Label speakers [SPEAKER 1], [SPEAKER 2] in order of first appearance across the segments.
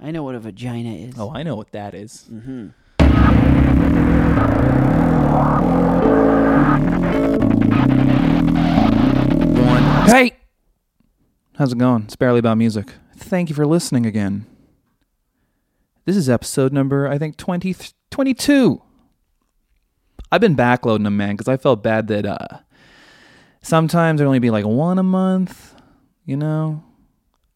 [SPEAKER 1] I know what a vagina is.
[SPEAKER 2] Oh, I know what that is. Hey! How's it going? It's Barely About Music. Thank you for listening again. This is episode number, I think, 20, 22. I've been backloading them, man, because I felt bad that uh, sometimes there'd only be like one a month, you know?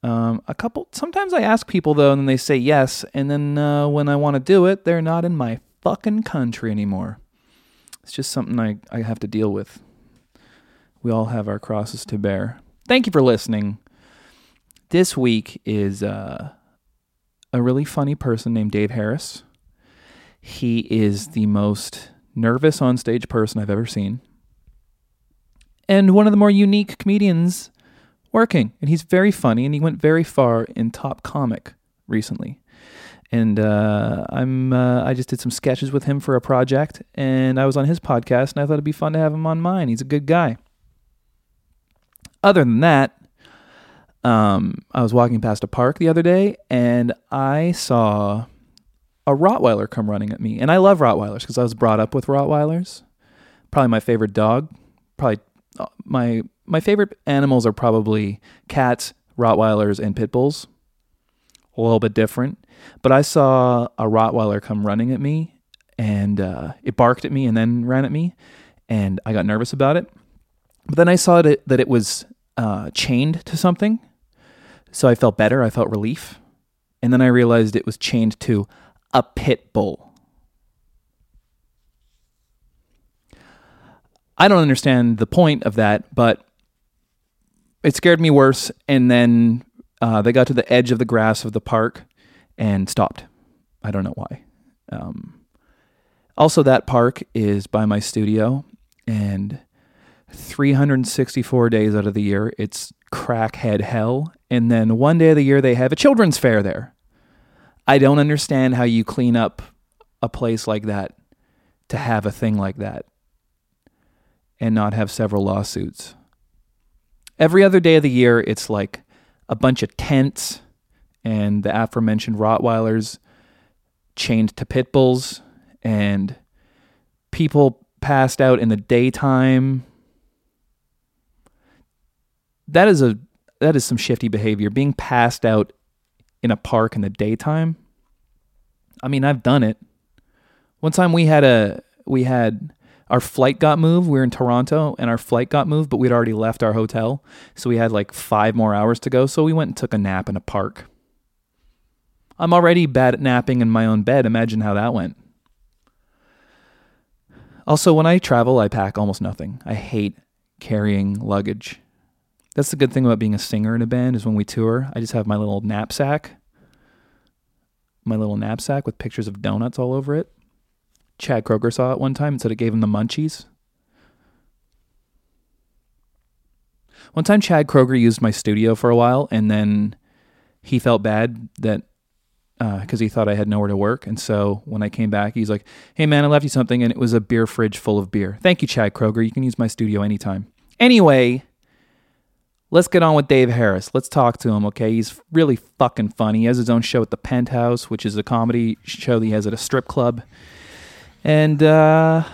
[SPEAKER 2] Um, a couple, sometimes I ask people though, and then they say yes, and then uh, when I want to do it, they're not in my fucking country anymore. It's just something I, I have to deal with we all have our crosses to bear. Thank you for listening. This week is uh, a really funny person named Dave Harris. He is the most nervous on stage person I've ever seen, and one of the more unique comedians working. And he's very funny, and he went very far in top comic recently. And uh, I'm uh, I just did some sketches with him for a project, and I was on his podcast, and I thought it'd be fun to have him on mine. He's a good guy other than that, um, I was walking past a park the other day and I saw a Rottweiler come running at me. And I love Rottweilers because I was brought up with Rottweilers. Probably my favorite dog. Probably uh, my my favorite animals are probably cats, Rottweilers, and pit bulls. A little bit different, but I saw a Rottweiler come running at me, and uh, it barked at me and then ran at me, and I got nervous about it. But then I saw that it, that it was uh, chained to something. So I felt better. I felt relief. And then I realized it was chained to a pit bull. I don't understand the point of that, but it scared me worse. And then uh, they got to the edge of the grass of the park and stopped. I don't know why. Um, also, that park is by my studio. And 364 days out of the year, it's crackhead hell. And then one day of the year, they have a children's fair there. I don't understand how you clean up a place like that to have a thing like that and not have several lawsuits. Every other day of the year, it's like a bunch of tents and the aforementioned Rottweilers chained to pit bulls and people passed out in the daytime that is a that is some shifty behavior being passed out in a park in the daytime i mean i've done it one time we had a we had our flight got moved we were in toronto and our flight got moved but we'd already left our hotel so we had like five more hours to go so we went and took a nap in a park i'm already bad at napping in my own bed imagine how that went also when i travel i pack almost nothing i hate carrying luggage that's the good thing about being a singer in a band is when we tour, I just have my little knapsack, my little knapsack with pictures of donuts all over it. Chad Kroger saw it one time and said it gave him the munchies. One time, Chad Kroger used my studio for a while, and then he felt bad that because he thought I had nowhere to work. And so when I came back, he's like, "Hey man, I left you something, and it was a beer fridge full of beer. Thank you, Chad Kroger. You can use my studio anytime." Anyway let's get on with Dave Harris. Let's talk to him, okay? He's really fucking funny. He has his own show at the Penthouse, which is a comedy show that he has at a strip club. And uh,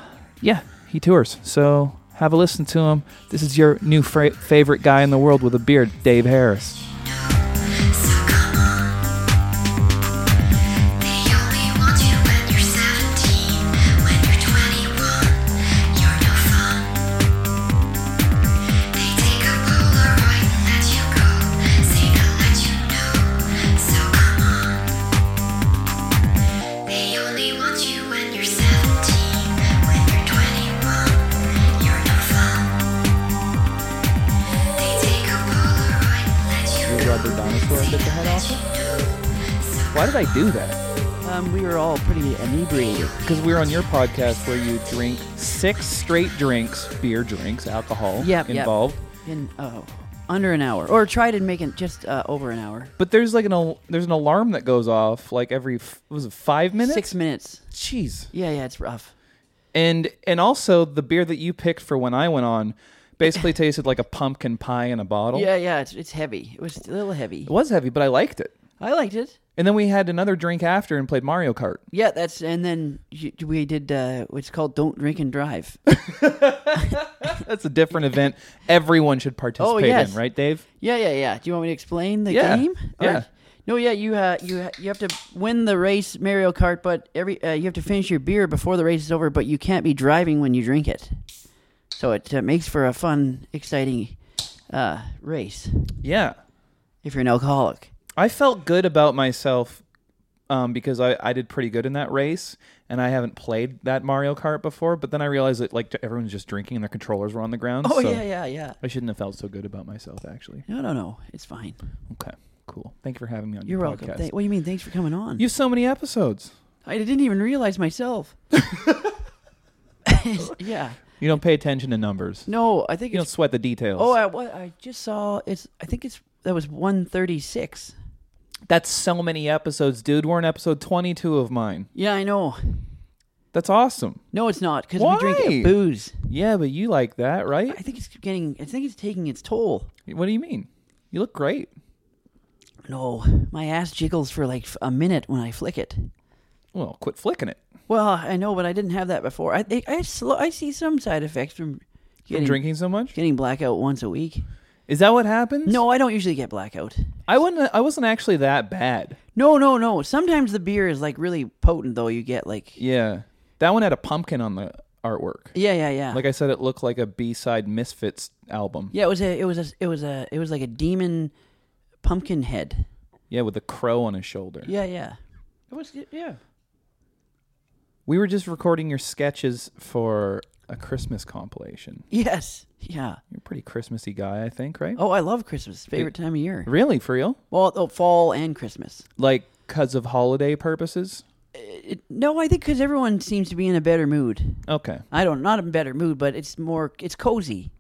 [SPEAKER 2] yeah, he tours. So have a listen to him. This is your new fra- favorite guy in the world with a beard, Dave Harris.
[SPEAKER 3] They only want you when you're 17. When you're 21, you're no fun. They take a Polaroid and let you go. Say they'll let you know. So come on. They only want you when you're 17. When you're 21, you're no fun. They take a Polaroid and let you go.
[SPEAKER 2] Why did I do that?
[SPEAKER 1] Um, we were all pretty inebriated.
[SPEAKER 2] Because we were on your podcast where you drink six straight drinks, beer drinks, alcohol
[SPEAKER 1] Yep, yep.
[SPEAKER 2] involved.
[SPEAKER 1] In oh, under an hour, or tried and make it just uh, over an hour.
[SPEAKER 2] But there's like an al- there's an alarm that goes off like every f- was it five minutes?
[SPEAKER 1] Six minutes.
[SPEAKER 2] Jeez.
[SPEAKER 1] Yeah, yeah, it's rough.
[SPEAKER 2] And and also the beer that you picked for when I went on basically tasted like a pumpkin pie in a bottle.
[SPEAKER 1] Yeah, yeah, it's it's heavy. It was a little heavy.
[SPEAKER 2] It was heavy, but I liked it.
[SPEAKER 1] I liked it.
[SPEAKER 2] And then we had another drink after and played Mario Kart.
[SPEAKER 1] Yeah, that's and then y- we did uh, what's called "Don't Drink and Drive."
[SPEAKER 2] That's a different event. Everyone should
[SPEAKER 1] Oh,
[SPEAKER 2] participate
[SPEAKER 1] yes.
[SPEAKER 2] in, right, Dave?
[SPEAKER 1] yeah, yeah, yeah. Do you want me to explain the
[SPEAKER 2] Yeah,
[SPEAKER 1] game? Or-
[SPEAKER 2] yeah.
[SPEAKER 1] No, yeah, you uh, you ha- you have to win the race Mario Kart, but every uh, you have to finish your beer before the race is over, but you can't be driving when you drink it. So it uh, makes for a fun, exciting uh, race
[SPEAKER 2] Yeah.
[SPEAKER 1] if you're an alcoholic.
[SPEAKER 2] I felt good about myself um, because I, I did pretty good in that race, and I haven't played that Mario Kart before. But then I realized that like everyone's just drinking and their controllers were on the ground.
[SPEAKER 1] Oh
[SPEAKER 2] so
[SPEAKER 1] yeah, yeah, yeah.
[SPEAKER 2] I shouldn't have felt so good about myself actually.
[SPEAKER 1] No, no, no. It's fine.
[SPEAKER 2] Okay, cool. Thank you for having me on
[SPEAKER 1] You're
[SPEAKER 2] your
[SPEAKER 1] welcome.
[SPEAKER 2] podcast.
[SPEAKER 1] Thank- what do you mean? Thanks for coming on.
[SPEAKER 2] you have so many episodes.
[SPEAKER 1] I didn't even realize myself. yeah.
[SPEAKER 2] You don't pay attention to numbers.
[SPEAKER 1] No, I think
[SPEAKER 2] You don't
[SPEAKER 1] it's.
[SPEAKER 2] sweat the details.
[SPEAKER 1] Oh, I, what, I just saw it's. I think it's that was one thirty six.
[SPEAKER 2] that's so many episodes, dude. We're on episode 22 of mine.
[SPEAKER 1] Yeah, I know.
[SPEAKER 2] That's awesome.
[SPEAKER 1] No, it's not because we drink
[SPEAKER 2] Why?
[SPEAKER 1] uh, booze.
[SPEAKER 2] Yeah, but you like that, right?
[SPEAKER 1] I think it's getting. I think it's taking its toll.
[SPEAKER 2] What do you mean? You look great.
[SPEAKER 1] No, my ass jiggles for like a minute when I flick it.
[SPEAKER 2] Well, quit flicking it.
[SPEAKER 1] Well, I know, but I didn't have that before. I think I slow, I see some side effects from
[SPEAKER 2] From
[SPEAKER 1] getting
[SPEAKER 2] drinking so much?
[SPEAKER 1] getting blackout once a week.
[SPEAKER 2] Is that what happens?
[SPEAKER 1] No, I don't usually get blackout.
[SPEAKER 2] I wouldn't I wasn't actually that bad.
[SPEAKER 1] No, no, no. Sometimes the beer is like really potent, though. You get like
[SPEAKER 2] Yeah. That one had a pumpkin on the artwork.
[SPEAKER 1] yeah, yeah, yeah.
[SPEAKER 2] Like I said, it looked like a B side Misfits album.
[SPEAKER 1] Yeah, it was a, it was a, it was a, it was like a demon pumpkin head.
[SPEAKER 2] Yeah, with a crow on his shoulder.
[SPEAKER 1] Yeah, yeah. It was, yeah.
[SPEAKER 2] We were just recording your sketches for a Christmas compilation.
[SPEAKER 1] Yes, yeah.
[SPEAKER 2] You're a pretty Christmassy guy, I think, right?
[SPEAKER 1] Oh, I love Christmas. Favorite time of year.
[SPEAKER 2] Really, for real?
[SPEAKER 1] Well, oh, fall and Christmas.
[SPEAKER 2] Like, because of holiday purposes?
[SPEAKER 1] It, no, I think because everyone seems to be in a better mood.
[SPEAKER 2] Okay.
[SPEAKER 1] I don't, not in better mood, but it's more, it's cozy.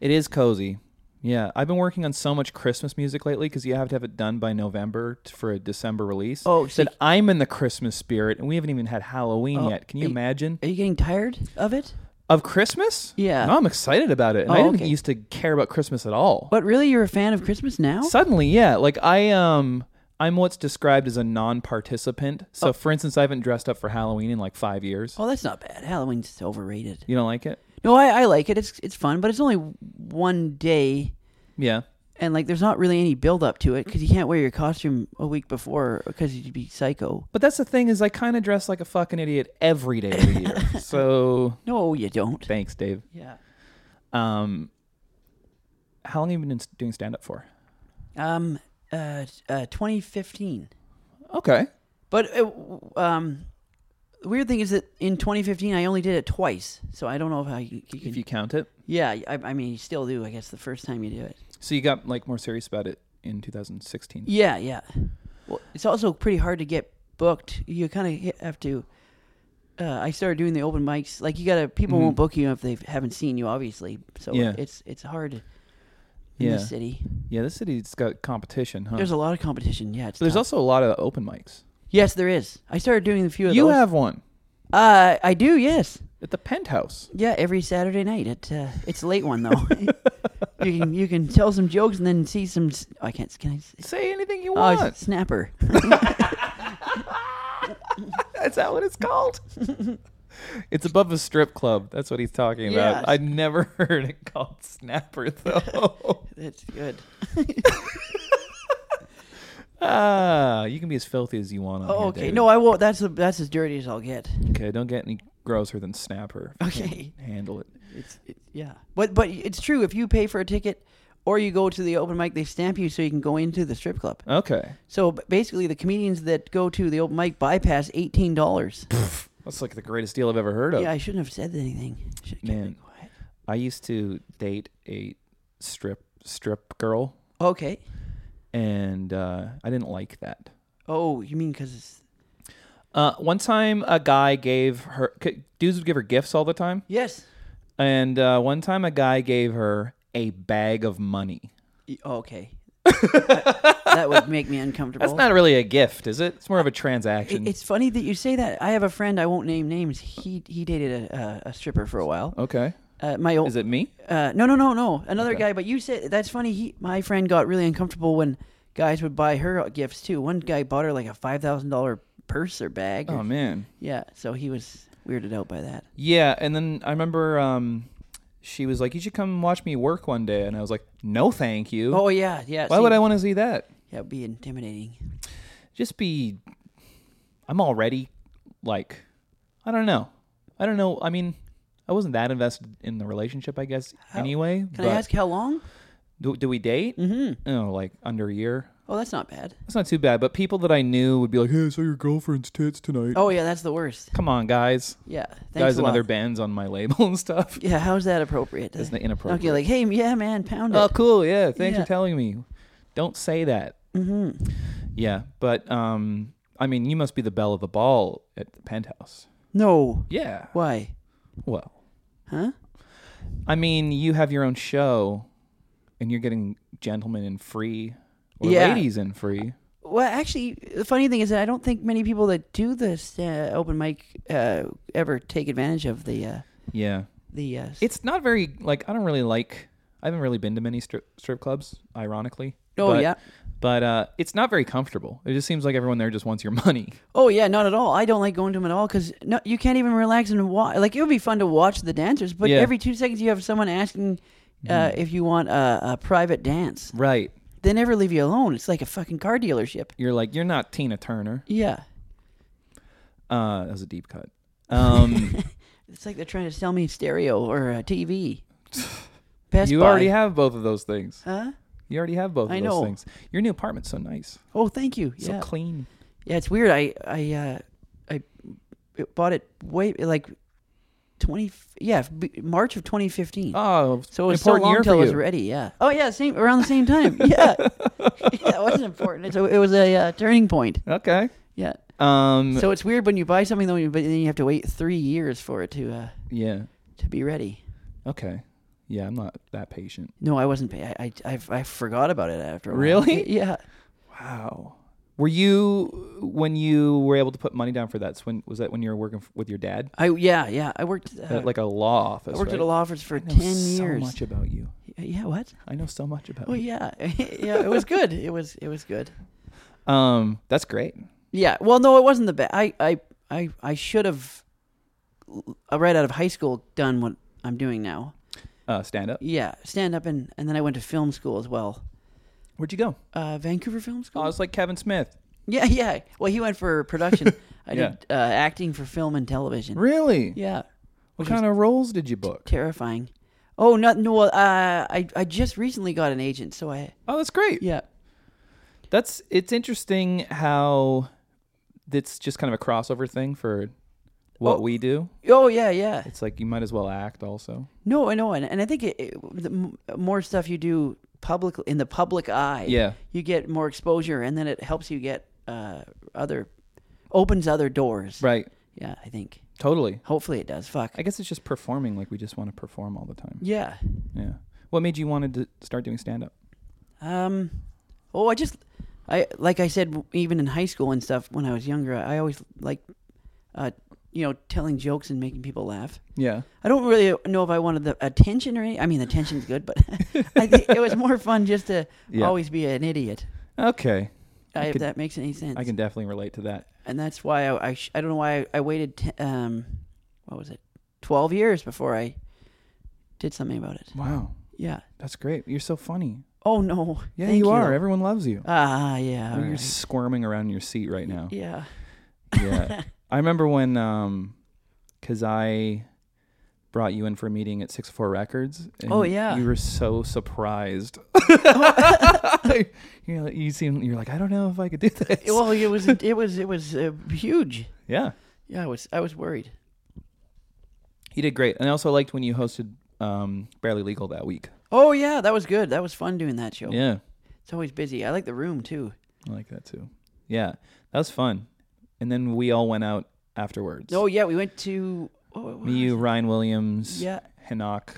[SPEAKER 2] It is cozy. Yeah, I've been working on so much Christmas music lately because you have to have it done by November t- for a December release.
[SPEAKER 1] Oh, so
[SPEAKER 2] said I'm in the Christmas spirit, and we haven't even had Halloween
[SPEAKER 1] Oh,
[SPEAKER 2] yet. Can you
[SPEAKER 1] y-
[SPEAKER 2] imagine
[SPEAKER 1] Are you getting tired of it?
[SPEAKER 2] of Christmas?
[SPEAKER 1] Yeah.
[SPEAKER 2] no, I'm excited about it, and
[SPEAKER 1] Oh,
[SPEAKER 2] I didn't
[SPEAKER 1] okay.
[SPEAKER 2] used to care about Christmas at all.
[SPEAKER 1] But really, you're a fan of Christmas now?
[SPEAKER 2] Suddenly, yeah, like I um. I'm what's described as a non-participant. So, for instance, I haven't dressed up for Halloween in like five years.
[SPEAKER 1] Oh, that's not bad. Halloween's overrated.
[SPEAKER 2] You don't like it?
[SPEAKER 1] No, I, I like it. It's, it's fun, but it's only one day
[SPEAKER 2] Yeah.
[SPEAKER 1] and like there's not really any build up to it because you can't wear your costume a week before because you'd be psycho.
[SPEAKER 2] But that's the thing is, I kind of dress like a fucking idiot every day of the year. so,
[SPEAKER 1] No, you don't.
[SPEAKER 2] thanks, Dave.
[SPEAKER 1] Yeah.
[SPEAKER 2] Um, how long have you been doing stand up for?
[SPEAKER 1] Um. Uh. uh 2015.
[SPEAKER 2] Okay.
[SPEAKER 1] But it, um, the weird thing is that in 2015 I only did it twice, so I don't know if I. You can,
[SPEAKER 2] If you count it.
[SPEAKER 1] yeah, I, I mean you still do. I guess the first time you do it.
[SPEAKER 2] So you got like more serious about it in 2016.
[SPEAKER 1] Yeah, yeah. Well, it's also pretty hard to get booked. You kind of have to. Uh, I started doing the open mics. Like you gotta, people won't book you if they haven't seen you, obviously. So
[SPEAKER 2] Mm-hmm. Yeah.
[SPEAKER 1] it's it's hard in
[SPEAKER 2] Yeah.
[SPEAKER 1] this city.
[SPEAKER 2] Yeah, this city's got competition, huh?
[SPEAKER 1] There's a lot of competition. Yeah, it's
[SPEAKER 2] There's
[SPEAKER 1] tough.
[SPEAKER 2] also a lot of open mics.
[SPEAKER 1] yes, there is. I started doing a few of
[SPEAKER 2] You
[SPEAKER 1] those.
[SPEAKER 2] have one
[SPEAKER 1] Uh, I do. Yes.
[SPEAKER 2] at the penthouse.
[SPEAKER 1] Yeah, every Saturday night. It uh, it's a late one though. you can you can tell some jokes and then see some. s- I can't. Can I? s-
[SPEAKER 2] Say anything you
[SPEAKER 1] Oh,
[SPEAKER 2] want.
[SPEAKER 1] s- snapper.
[SPEAKER 2] That's that what it's called? it's above a strip club. That's what he's talking
[SPEAKER 1] Yes.
[SPEAKER 2] about. I never heard it called snapper though.
[SPEAKER 1] That's good.
[SPEAKER 2] ah, you can be as filthy as you want. On
[SPEAKER 1] Oh,
[SPEAKER 2] here,
[SPEAKER 1] okay.
[SPEAKER 2] David.
[SPEAKER 1] No, I won't. That's the- that's as dirty as I'll get.
[SPEAKER 2] Okay, don't get any grosser than snapper. if you can't
[SPEAKER 1] Okay.
[SPEAKER 2] handle it.
[SPEAKER 1] It's it, yeah, but but it's true. If you pay for a ticket or you go to the open mic, they stamp you so you can go into the strip club.
[SPEAKER 2] Okay,
[SPEAKER 1] So b- basically, the comedians that go to the open mic bypass eighteen dollars.
[SPEAKER 2] that's like the greatest deal I've ever heard of.
[SPEAKER 1] yeah, I shouldn't have said anything. Should have kept
[SPEAKER 2] Man.
[SPEAKER 1] it quiet.
[SPEAKER 2] I used to date a strip strip girl,
[SPEAKER 1] Okay.
[SPEAKER 2] and uh, I didn't like that.
[SPEAKER 1] Oh, you mean because it's
[SPEAKER 2] Uh, one time, a guy gave her c- dudes would give her gifts all the time,
[SPEAKER 1] yes.
[SPEAKER 2] and uh, one time a guy gave her a bag of money.
[SPEAKER 1] Y- oh, Okay. that would make me uncomfortable.
[SPEAKER 2] That's not really a gift, is it? It's more of a
[SPEAKER 1] I-
[SPEAKER 2] transaction.
[SPEAKER 1] Oh. It's funny that you say that. I have a friend. I won't name names. He he dated a, a, a stripper for a while.
[SPEAKER 2] okay,
[SPEAKER 1] Uh, my old
[SPEAKER 2] Oh. is it me?
[SPEAKER 1] Uh, no, no, no, no. Another guy, but you said that's funny. He, my friend, got really uncomfortable when guys would buy her gifts too. One guy bought her like a five thousand dollar purse or bag. or-
[SPEAKER 2] Oh man.
[SPEAKER 1] Yeah, so he was weirded out by that.
[SPEAKER 2] Yeah, and then I remember um, she was like, "You should come watch me work one day," and I was like, "No, thank you.
[SPEAKER 1] Oh yeah, yeah.
[SPEAKER 2] Why
[SPEAKER 1] see,
[SPEAKER 2] would I want to see that?
[SPEAKER 1] That would be intimidating.
[SPEAKER 2] Just be. I'm already like, I don't know. I don't know. I mean, I wasn't that invested in the relationship, I guess. anyway,
[SPEAKER 1] Can
[SPEAKER 2] but-
[SPEAKER 1] I ask Mm. how long?
[SPEAKER 2] Do, do we date? Mm-hmm. Oh, like under a year.
[SPEAKER 1] Oh, that's not bad.
[SPEAKER 2] That's not too bad. But people that I knew would be like, "Hey, I saw your girlfriend's tits tonight."
[SPEAKER 1] Oh yeah, that's the worst.
[SPEAKER 2] come on, guys.
[SPEAKER 1] Yeah, thanks
[SPEAKER 2] guys,
[SPEAKER 1] a lot.
[SPEAKER 2] another bands on my label and stuff.
[SPEAKER 1] Yeah, how's that appropriate?
[SPEAKER 2] Isn't it inappropriate?
[SPEAKER 1] Okay, like, hey, yeah, man, pound it.
[SPEAKER 2] Oh, cool. Yeah. Thanks
[SPEAKER 1] Yeah.
[SPEAKER 2] for telling me. Don't say that. Mm-hmm. Yeah. But, um, I mean, you must be the belle of the ball at the penthouse.
[SPEAKER 1] No.
[SPEAKER 2] Yeah.
[SPEAKER 1] Why?
[SPEAKER 2] Well,
[SPEAKER 1] Huh?
[SPEAKER 2] I mean, you have your own show and you're getting gentlemen in free or
[SPEAKER 1] Yeah.
[SPEAKER 2] ladies in free.
[SPEAKER 1] Well, actually, the funny thing is that I don't think many people that do this uh, open mic uh, ever take advantage of the uh,
[SPEAKER 2] Yeah.
[SPEAKER 1] the. Uh, s-
[SPEAKER 2] It's not very, like, I don't really like, I haven't really been to many strip, strip clubs, ironically.
[SPEAKER 1] Oh,
[SPEAKER 2] But-
[SPEAKER 1] yeah.
[SPEAKER 2] But uh, it's not very comfortable. It just seems like everyone there just wants your money.
[SPEAKER 1] oh yeah, not at all. I don't like going to them at all because no, you can't even relax and watch. Like it would be fun to watch the dancers, but
[SPEAKER 2] Yeah. Mm-hmm.
[SPEAKER 1] every two seconds you have someone asking uh, if you want a, a private dance.
[SPEAKER 2] Right.
[SPEAKER 1] They never leave you alone. It's like a fucking car dealership.
[SPEAKER 2] You're like, you're not Tina Turner.
[SPEAKER 1] Yeah,
[SPEAKER 2] Uh, that was a deep cut. Um,
[SPEAKER 1] it's like they're trying to sell me stereo or a TV. Best
[SPEAKER 2] you
[SPEAKER 1] Buy.
[SPEAKER 2] already have both of those things.
[SPEAKER 1] Huh?
[SPEAKER 2] You already have both of
[SPEAKER 1] I
[SPEAKER 2] those
[SPEAKER 1] know.
[SPEAKER 2] things. Your new apartment's so nice,
[SPEAKER 1] Oh, thank you.
[SPEAKER 2] so
[SPEAKER 1] Yeah.
[SPEAKER 2] clean.
[SPEAKER 1] Yeah, it's weird. I I uh, I bought it way like twenty. Yeah, b- March of twenty fifteen.
[SPEAKER 2] Oh,
[SPEAKER 1] so it was so
[SPEAKER 2] important
[SPEAKER 1] long
[SPEAKER 2] year
[SPEAKER 1] till
[SPEAKER 2] for
[SPEAKER 1] it was
[SPEAKER 2] you.
[SPEAKER 1] ready. Yeah. Oh yeah, same around the same time. Yeah. yeah, it wasn't important. So it was a uh, turning point.
[SPEAKER 2] Okay.
[SPEAKER 1] Yeah.
[SPEAKER 2] Um,
[SPEAKER 1] So it's weird when you buy something though, you- but then you have to wait three years for it to uh,
[SPEAKER 2] yeah.
[SPEAKER 1] to be ready.
[SPEAKER 2] Okay. Yeah, I'm not that patient.
[SPEAKER 1] No, I wasn't. Pay- I, I I I forgot about it after. A while.
[SPEAKER 2] Really?
[SPEAKER 1] Yeah.
[SPEAKER 2] Wow. Were you when you were able to put money down for that? So when was that when you were working f- with your dad
[SPEAKER 1] I yeah yeah. I worked uh,
[SPEAKER 2] at like a law office?
[SPEAKER 1] I worked at
[SPEAKER 2] right?
[SPEAKER 1] a law office for
[SPEAKER 2] I know
[SPEAKER 1] ten
[SPEAKER 2] so
[SPEAKER 1] years.
[SPEAKER 2] much about you.
[SPEAKER 1] Yeah. What?
[SPEAKER 2] I know so much about.
[SPEAKER 1] Oh
[SPEAKER 2] you.
[SPEAKER 1] yeah, yeah. It was good. It was it was good.
[SPEAKER 2] Um, that's great.
[SPEAKER 1] Yeah. Well, no, it wasn't the best. I I I I should have l- uh, right out of high school done what I'm doing now.
[SPEAKER 2] Uh, stand up.
[SPEAKER 1] Yeah, stand up and and then I went to film school as well.
[SPEAKER 2] Where'd you go?
[SPEAKER 1] Uh, Vancouver Film School.
[SPEAKER 2] Oh, it's like Kevin Smith.
[SPEAKER 1] Yeah, yeah. Well, he went for production. I
[SPEAKER 2] Yeah.
[SPEAKER 1] did uh, acting for film and television.
[SPEAKER 2] Really?
[SPEAKER 1] Yeah.
[SPEAKER 2] What kind of roles did you book?
[SPEAKER 1] Terrifying. Oh, not no. Well, uh, I I just recently got an agent, so I
[SPEAKER 2] Oh, that's great.
[SPEAKER 1] yeah.
[SPEAKER 2] That's it's interesting how it's just kind of a crossover thing for what
[SPEAKER 1] Oh.
[SPEAKER 2] we do.
[SPEAKER 1] Oh yeah, yeah.
[SPEAKER 2] It's like you might as well act also.
[SPEAKER 1] No, I know, and, and I think it, it, the m- more stuff you do public in the public eye,
[SPEAKER 2] Yeah.
[SPEAKER 1] you get more exposure, and then it helps you get uh, other opens other doors.
[SPEAKER 2] Right.
[SPEAKER 1] Yeah, I think.
[SPEAKER 2] Totally.
[SPEAKER 1] Hopefully, it does. Fuck.
[SPEAKER 2] I guess it's just performing like we just want to perform all the time.
[SPEAKER 1] yeah.
[SPEAKER 2] Yeah. What made you wanted to start doing stand up?
[SPEAKER 1] Um. Oh, I just, I like I said, w- even in high school and stuff when I was younger, I always like, uh, you know, telling jokes and making people laugh.
[SPEAKER 2] Yeah.
[SPEAKER 1] I don't really know if I wanted the attention or any. I mean, the attention's good, but I think it was more fun just to
[SPEAKER 2] Yeah.
[SPEAKER 1] always be an idiot.
[SPEAKER 2] Okay. I
[SPEAKER 1] I if
[SPEAKER 2] could-
[SPEAKER 1] that makes any sense.
[SPEAKER 2] I can definitely relate to that.
[SPEAKER 1] and that's why I I, sh- I don't know why I, I waited t- um what was it twelve years before I did something about it.
[SPEAKER 2] Wow.
[SPEAKER 1] Yeah.
[SPEAKER 2] That's great. You're so funny.
[SPEAKER 1] Oh no.
[SPEAKER 2] Yeah,
[SPEAKER 1] Thank
[SPEAKER 2] you, are. Everyone loves you.
[SPEAKER 1] Ah yeah.
[SPEAKER 2] I mean,
[SPEAKER 1] all
[SPEAKER 2] Oh, You're
[SPEAKER 1] right.
[SPEAKER 2] squirming around in your seat right now.
[SPEAKER 1] Yeah.
[SPEAKER 2] Yeah. I remember when, um, cause I brought you in for a meeting at Six Four Records. And
[SPEAKER 1] Oh, yeah.
[SPEAKER 2] You were so surprised. you know, you seem you're like I don't know if I could do this.
[SPEAKER 1] Well, it was it was it was uh, huge.
[SPEAKER 2] yeah,
[SPEAKER 1] Yeah, I was I was worried.
[SPEAKER 2] you did great, and I also liked when you hosted um, Barely Legal that week.
[SPEAKER 1] Oh yeah, that was good. That was fun doing that show.
[SPEAKER 2] Yeah,
[SPEAKER 1] It's always busy. I like the room too.
[SPEAKER 2] I like that too. Yeah, that was fun. And then we all went out afterwards.
[SPEAKER 1] Oh yeah, we went to oh,
[SPEAKER 2] me, you, Ryan Williams,
[SPEAKER 1] Yeah.
[SPEAKER 2] Hanok,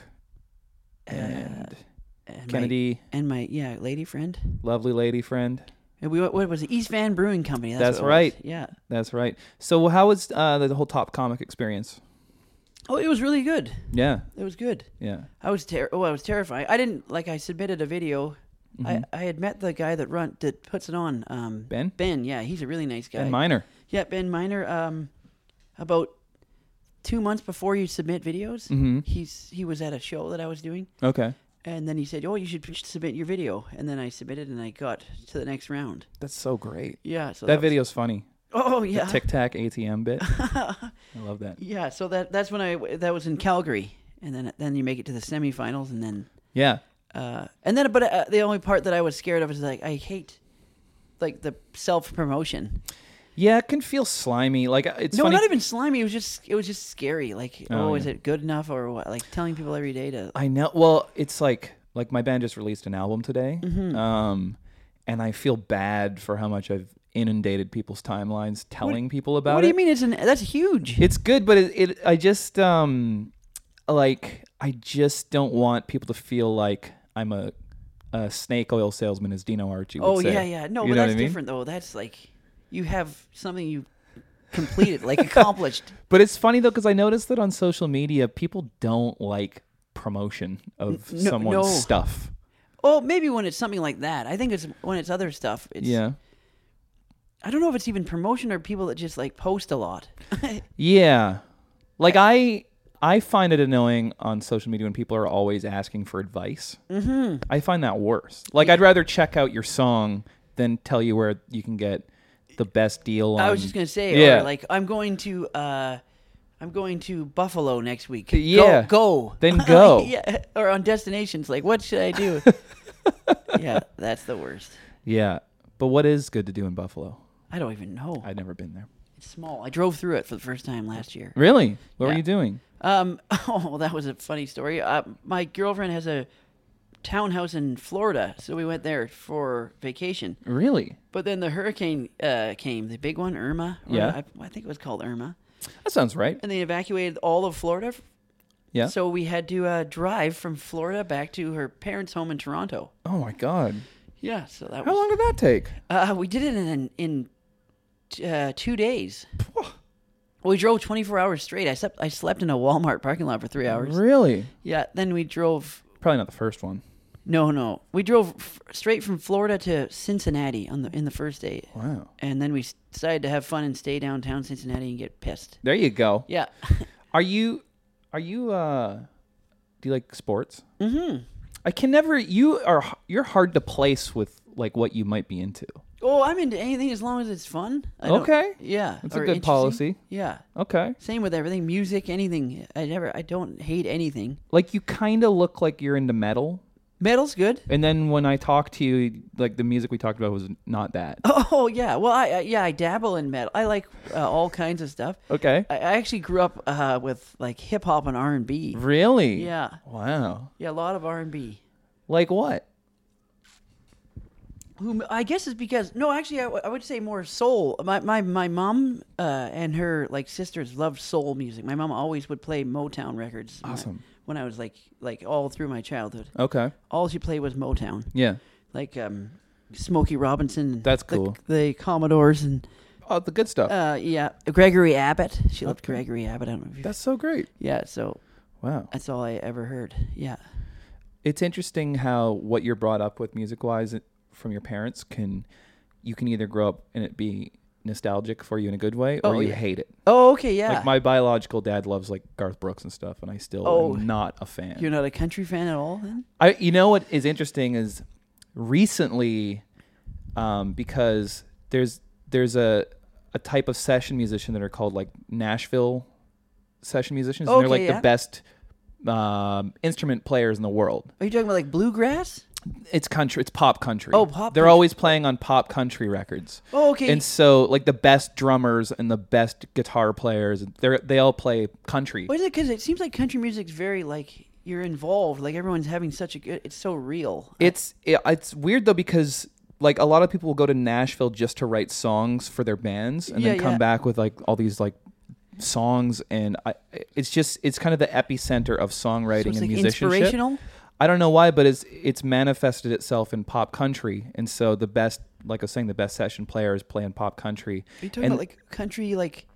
[SPEAKER 2] and
[SPEAKER 1] and my-
[SPEAKER 2] Kennedy,
[SPEAKER 1] and my yeah lady friend.
[SPEAKER 2] lovely lady friend.
[SPEAKER 1] And we went- what was it? East Van Brewing Company. That's,
[SPEAKER 2] That's
[SPEAKER 1] what it was.
[SPEAKER 2] right.
[SPEAKER 1] Yeah.
[SPEAKER 2] That's right. So how was uh, the whole top comic experience?
[SPEAKER 1] Oh, it was really good.
[SPEAKER 2] Yeah,
[SPEAKER 1] It was good.
[SPEAKER 2] yeah.
[SPEAKER 1] I was ter- oh, I was terrified. I didn't like. I submitted a video I, I had met the guy that run that puts it on. Um,
[SPEAKER 2] Mm-hmm. Ben?
[SPEAKER 1] Ben, yeah, he's a really nice guy.
[SPEAKER 2] Ben Minor.
[SPEAKER 1] Yeah, Ben Miner. Um, about two months before you submit videos,
[SPEAKER 2] Mhm.
[SPEAKER 1] he's he was at a show that I was doing,
[SPEAKER 2] Okay.
[SPEAKER 1] and then he said, "Oh, you should p- submit your video." And then I submitted, and I got to the next round.
[SPEAKER 2] That's so great.
[SPEAKER 1] Yeah, so
[SPEAKER 2] that
[SPEAKER 1] was-
[SPEAKER 2] video's funny.
[SPEAKER 1] Oh yeah,
[SPEAKER 2] Tic Tac ATM bit. I love that.
[SPEAKER 1] yeah. So that that's when I that was in Calgary, and then then you make it to the semifinals, and then
[SPEAKER 2] Yeah.
[SPEAKER 1] uh, and then but uh, the only part that I was scared of is like I hate like the self promotion.
[SPEAKER 2] Yeah, it can feel slimy. Like uh, it's
[SPEAKER 1] No,
[SPEAKER 2] funny.
[SPEAKER 1] not even slimy. It was just it was just scary. Like, oh,
[SPEAKER 2] Oh,
[SPEAKER 1] is
[SPEAKER 2] yeah.
[SPEAKER 1] it good enough or what? Like telling people every day to.
[SPEAKER 2] I know. Well, it's like like my band just released an album today,
[SPEAKER 1] Mm-hmm.
[SPEAKER 2] um, and I feel bad for how much I've inundated people's timelines telling people about
[SPEAKER 1] What do
[SPEAKER 2] it.
[SPEAKER 1] you mean? It's an that's huge.
[SPEAKER 2] It's good, but it, it I just um like I just don't want people to feel like I'm a, a snake oil salesman, as Dino Archie would
[SPEAKER 1] oh
[SPEAKER 2] say.
[SPEAKER 1] yeah, yeah. No,
[SPEAKER 2] You
[SPEAKER 1] but
[SPEAKER 2] know what
[SPEAKER 1] that's
[SPEAKER 2] I mean?
[SPEAKER 1] different though. That's like you have something you completed, like accomplished.
[SPEAKER 2] But it's funny though because I noticed that on social media, people don't like promotion of
[SPEAKER 1] N- no-
[SPEAKER 2] someone's
[SPEAKER 1] no.
[SPEAKER 2] stuff.
[SPEAKER 1] Oh, maybe when it's something like that. I think it's when it's other stuff. It's,
[SPEAKER 2] Yeah,
[SPEAKER 1] I don't know if it's even promotion or people that just like post a lot.
[SPEAKER 2] yeah. Like I, I find it annoying on social media when people are always asking for advice. Mm-hmm. I find that worse. Like I'd rather check out your song than tell you where you can get the best deal. On,
[SPEAKER 1] I was just gonna say,
[SPEAKER 2] Um, yeah.
[SPEAKER 1] or like I'm going to, uh, I'm going to Buffalo next week. Go-
[SPEAKER 2] Yeah.
[SPEAKER 1] go,
[SPEAKER 2] Then go.
[SPEAKER 1] yeah, or on destinations. Like, what should I do? yeah, that's the worst.
[SPEAKER 2] yeah. But what is good to do in Buffalo?
[SPEAKER 1] I don't even know.
[SPEAKER 2] I'd never been there.
[SPEAKER 1] It's small. I drove through it for the first time last year.
[SPEAKER 2] Really? What were
[SPEAKER 1] Yeah.
[SPEAKER 2] you doing?
[SPEAKER 1] Um, oh, that was a funny story. Uh, my girlfriend has a townhouse in Florida, so we went there for vacation.
[SPEAKER 2] Really?
[SPEAKER 1] But then the hurricane uh, came, the big one, Irma. or
[SPEAKER 2] Yeah.
[SPEAKER 1] I, I think it was called Irma,
[SPEAKER 2] That sounds right.
[SPEAKER 1] and they evacuated all of Florida.
[SPEAKER 2] Yeah.
[SPEAKER 1] So we had to uh, drive from Florida back to her parents' home in Toronto.
[SPEAKER 2] oh my god.
[SPEAKER 1] Yeah, so that
[SPEAKER 2] How
[SPEAKER 1] was.
[SPEAKER 2] long did that take?
[SPEAKER 1] Uh, we did it in in t- uh, two days. We drove 24 hours straight. I slept I slept in a Walmart parking lot for three hours.
[SPEAKER 2] Really?
[SPEAKER 1] Yeah, then we drove.
[SPEAKER 2] Probably not the first one.
[SPEAKER 1] No, no, we drove f- straight from Florida to Cincinnati on the in the first day,
[SPEAKER 2] Wow.
[SPEAKER 1] and then we s- decided to have fun and stay downtown Cincinnati and get pissed.
[SPEAKER 2] There you go.
[SPEAKER 1] Yeah,
[SPEAKER 2] Are you are you uh do you like sports? Mm-hmm. I can never you are h- you're hard to place with like what you might be into.
[SPEAKER 1] Oh, I'm into anything as long as it's fun. I don't-
[SPEAKER 2] Okay.
[SPEAKER 1] Yeah.
[SPEAKER 2] That's a
[SPEAKER 1] or
[SPEAKER 2] good
[SPEAKER 1] interesting.
[SPEAKER 2] policy.
[SPEAKER 1] Yeah.
[SPEAKER 2] Okay.
[SPEAKER 1] Same with everything, music, anything. I never, I don't hate anything.
[SPEAKER 2] Like you kinda look like you're into metal.
[SPEAKER 1] Metal's good.
[SPEAKER 2] And then when I talked to you, like the music we talked about was not that.
[SPEAKER 1] Oh yeah. Well, I, I yeah, I dabble in metal. I like uh, all kinds of stuff.
[SPEAKER 2] Okay.
[SPEAKER 1] I, I actually grew up uh, with like hip hop and R and B.
[SPEAKER 2] Really?
[SPEAKER 1] Yeah.
[SPEAKER 2] Wow.
[SPEAKER 1] Yeah, a lot of R and B.
[SPEAKER 2] Like what?
[SPEAKER 1] Who I guess is because no, actually, I, w- I would say more soul. My my my mom uh, and her like sisters loved soul music. My mom always would play Motown records. when I-
[SPEAKER 2] Awesome.
[SPEAKER 1] When I was like like all through my childhood,
[SPEAKER 2] Okay.
[SPEAKER 1] all she played was Motown,
[SPEAKER 2] Yeah.
[SPEAKER 1] like um, Smokey Robinson. and
[SPEAKER 2] That's
[SPEAKER 1] the-
[SPEAKER 2] cool.
[SPEAKER 1] The, Commodores and
[SPEAKER 2] Oh, the good stuff.
[SPEAKER 1] uh, yeah, Gregory Abbott. She loved Gregory Abbott. I don't know. If you,
[SPEAKER 2] That's so great.
[SPEAKER 1] yeah, so
[SPEAKER 2] Wow.
[SPEAKER 1] that's all I ever heard. Yeah.
[SPEAKER 2] it's interesting how what you're brought up with music wise from your parents can you can either grow up and it be nostalgic for you in a good way or
[SPEAKER 1] Oh,
[SPEAKER 2] you
[SPEAKER 1] yeah.
[SPEAKER 2] hate it
[SPEAKER 1] Oh, okay, yeah.
[SPEAKER 2] like my biological dad loves like garth brooks and stuff and i still
[SPEAKER 1] Oh.
[SPEAKER 2] am not a fan
[SPEAKER 1] You're not a country fan at all, then?
[SPEAKER 2] I you know what is interesting is recently um, because there's there's a a type of session musician that are called like Nashville session musicians and they're
[SPEAKER 1] Okay,
[SPEAKER 2] like
[SPEAKER 1] yeah.
[SPEAKER 2] the best um, instrument players in the world.
[SPEAKER 1] Are you talking about like bluegrass?
[SPEAKER 2] It's country, it's pop country.
[SPEAKER 1] Oh, pop
[SPEAKER 2] They're
[SPEAKER 1] country.
[SPEAKER 2] always playing on pop country records.
[SPEAKER 1] Oh, okay.
[SPEAKER 2] And so like the best drummers and the best guitar players, they they all play country.
[SPEAKER 1] What is it? Because it seems like country music's very like you're involved. Like everyone's having such a good. It's so real.
[SPEAKER 2] It's it, it's weird though because like a lot of people will go to Nashville just to write songs for their bands and then
[SPEAKER 1] Yeah,
[SPEAKER 2] come
[SPEAKER 1] yeah.
[SPEAKER 2] back with like all these like songs and I, it's just it's kind of the epicenter of songwriting
[SPEAKER 1] So it's
[SPEAKER 2] and
[SPEAKER 1] like
[SPEAKER 2] musicianship.
[SPEAKER 1] inspirational.
[SPEAKER 2] I don't know why, but it's it's manifested itself in pop country, and so the best, like I was saying, the best session players play in pop country.
[SPEAKER 1] Are you talking
[SPEAKER 2] and
[SPEAKER 1] about like country like?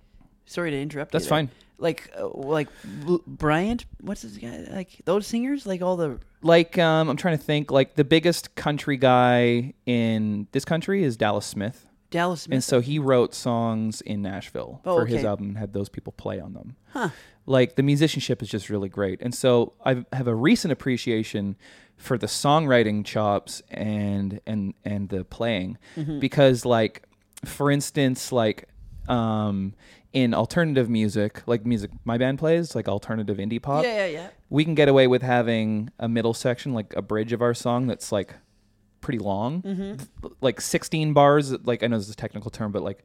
[SPEAKER 1] Sorry to interrupt. you
[SPEAKER 2] That's
[SPEAKER 1] there.
[SPEAKER 2] fine.
[SPEAKER 1] like uh, like Bl- Bryant. What's this guy like? Those singers, like all the
[SPEAKER 2] Like um, I'm trying to think. Like the biggest country guy in this country is Dallas Smith,
[SPEAKER 1] Dallas
[SPEAKER 2] and
[SPEAKER 1] Smith.
[SPEAKER 2] so he wrote songs in Nashville
[SPEAKER 1] Oh,
[SPEAKER 2] for his
[SPEAKER 1] okay.
[SPEAKER 2] album and had those people play on them.
[SPEAKER 1] Huh.
[SPEAKER 2] Like the musicianship is just really great, and so I have a recent appreciation for the songwriting chops and and and the playing
[SPEAKER 1] Mm-hmm.
[SPEAKER 2] because like for instance like um in alternative music like music my band plays like alternative indie pop
[SPEAKER 1] yeah, yeah, yeah.
[SPEAKER 2] we can get away with having a middle section, like a bridge of our song that's like pretty long,
[SPEAKER 1] Mm-hmm.
[SPEAKER 2] Th- like 16 bars. Like I know this is a technical term, but like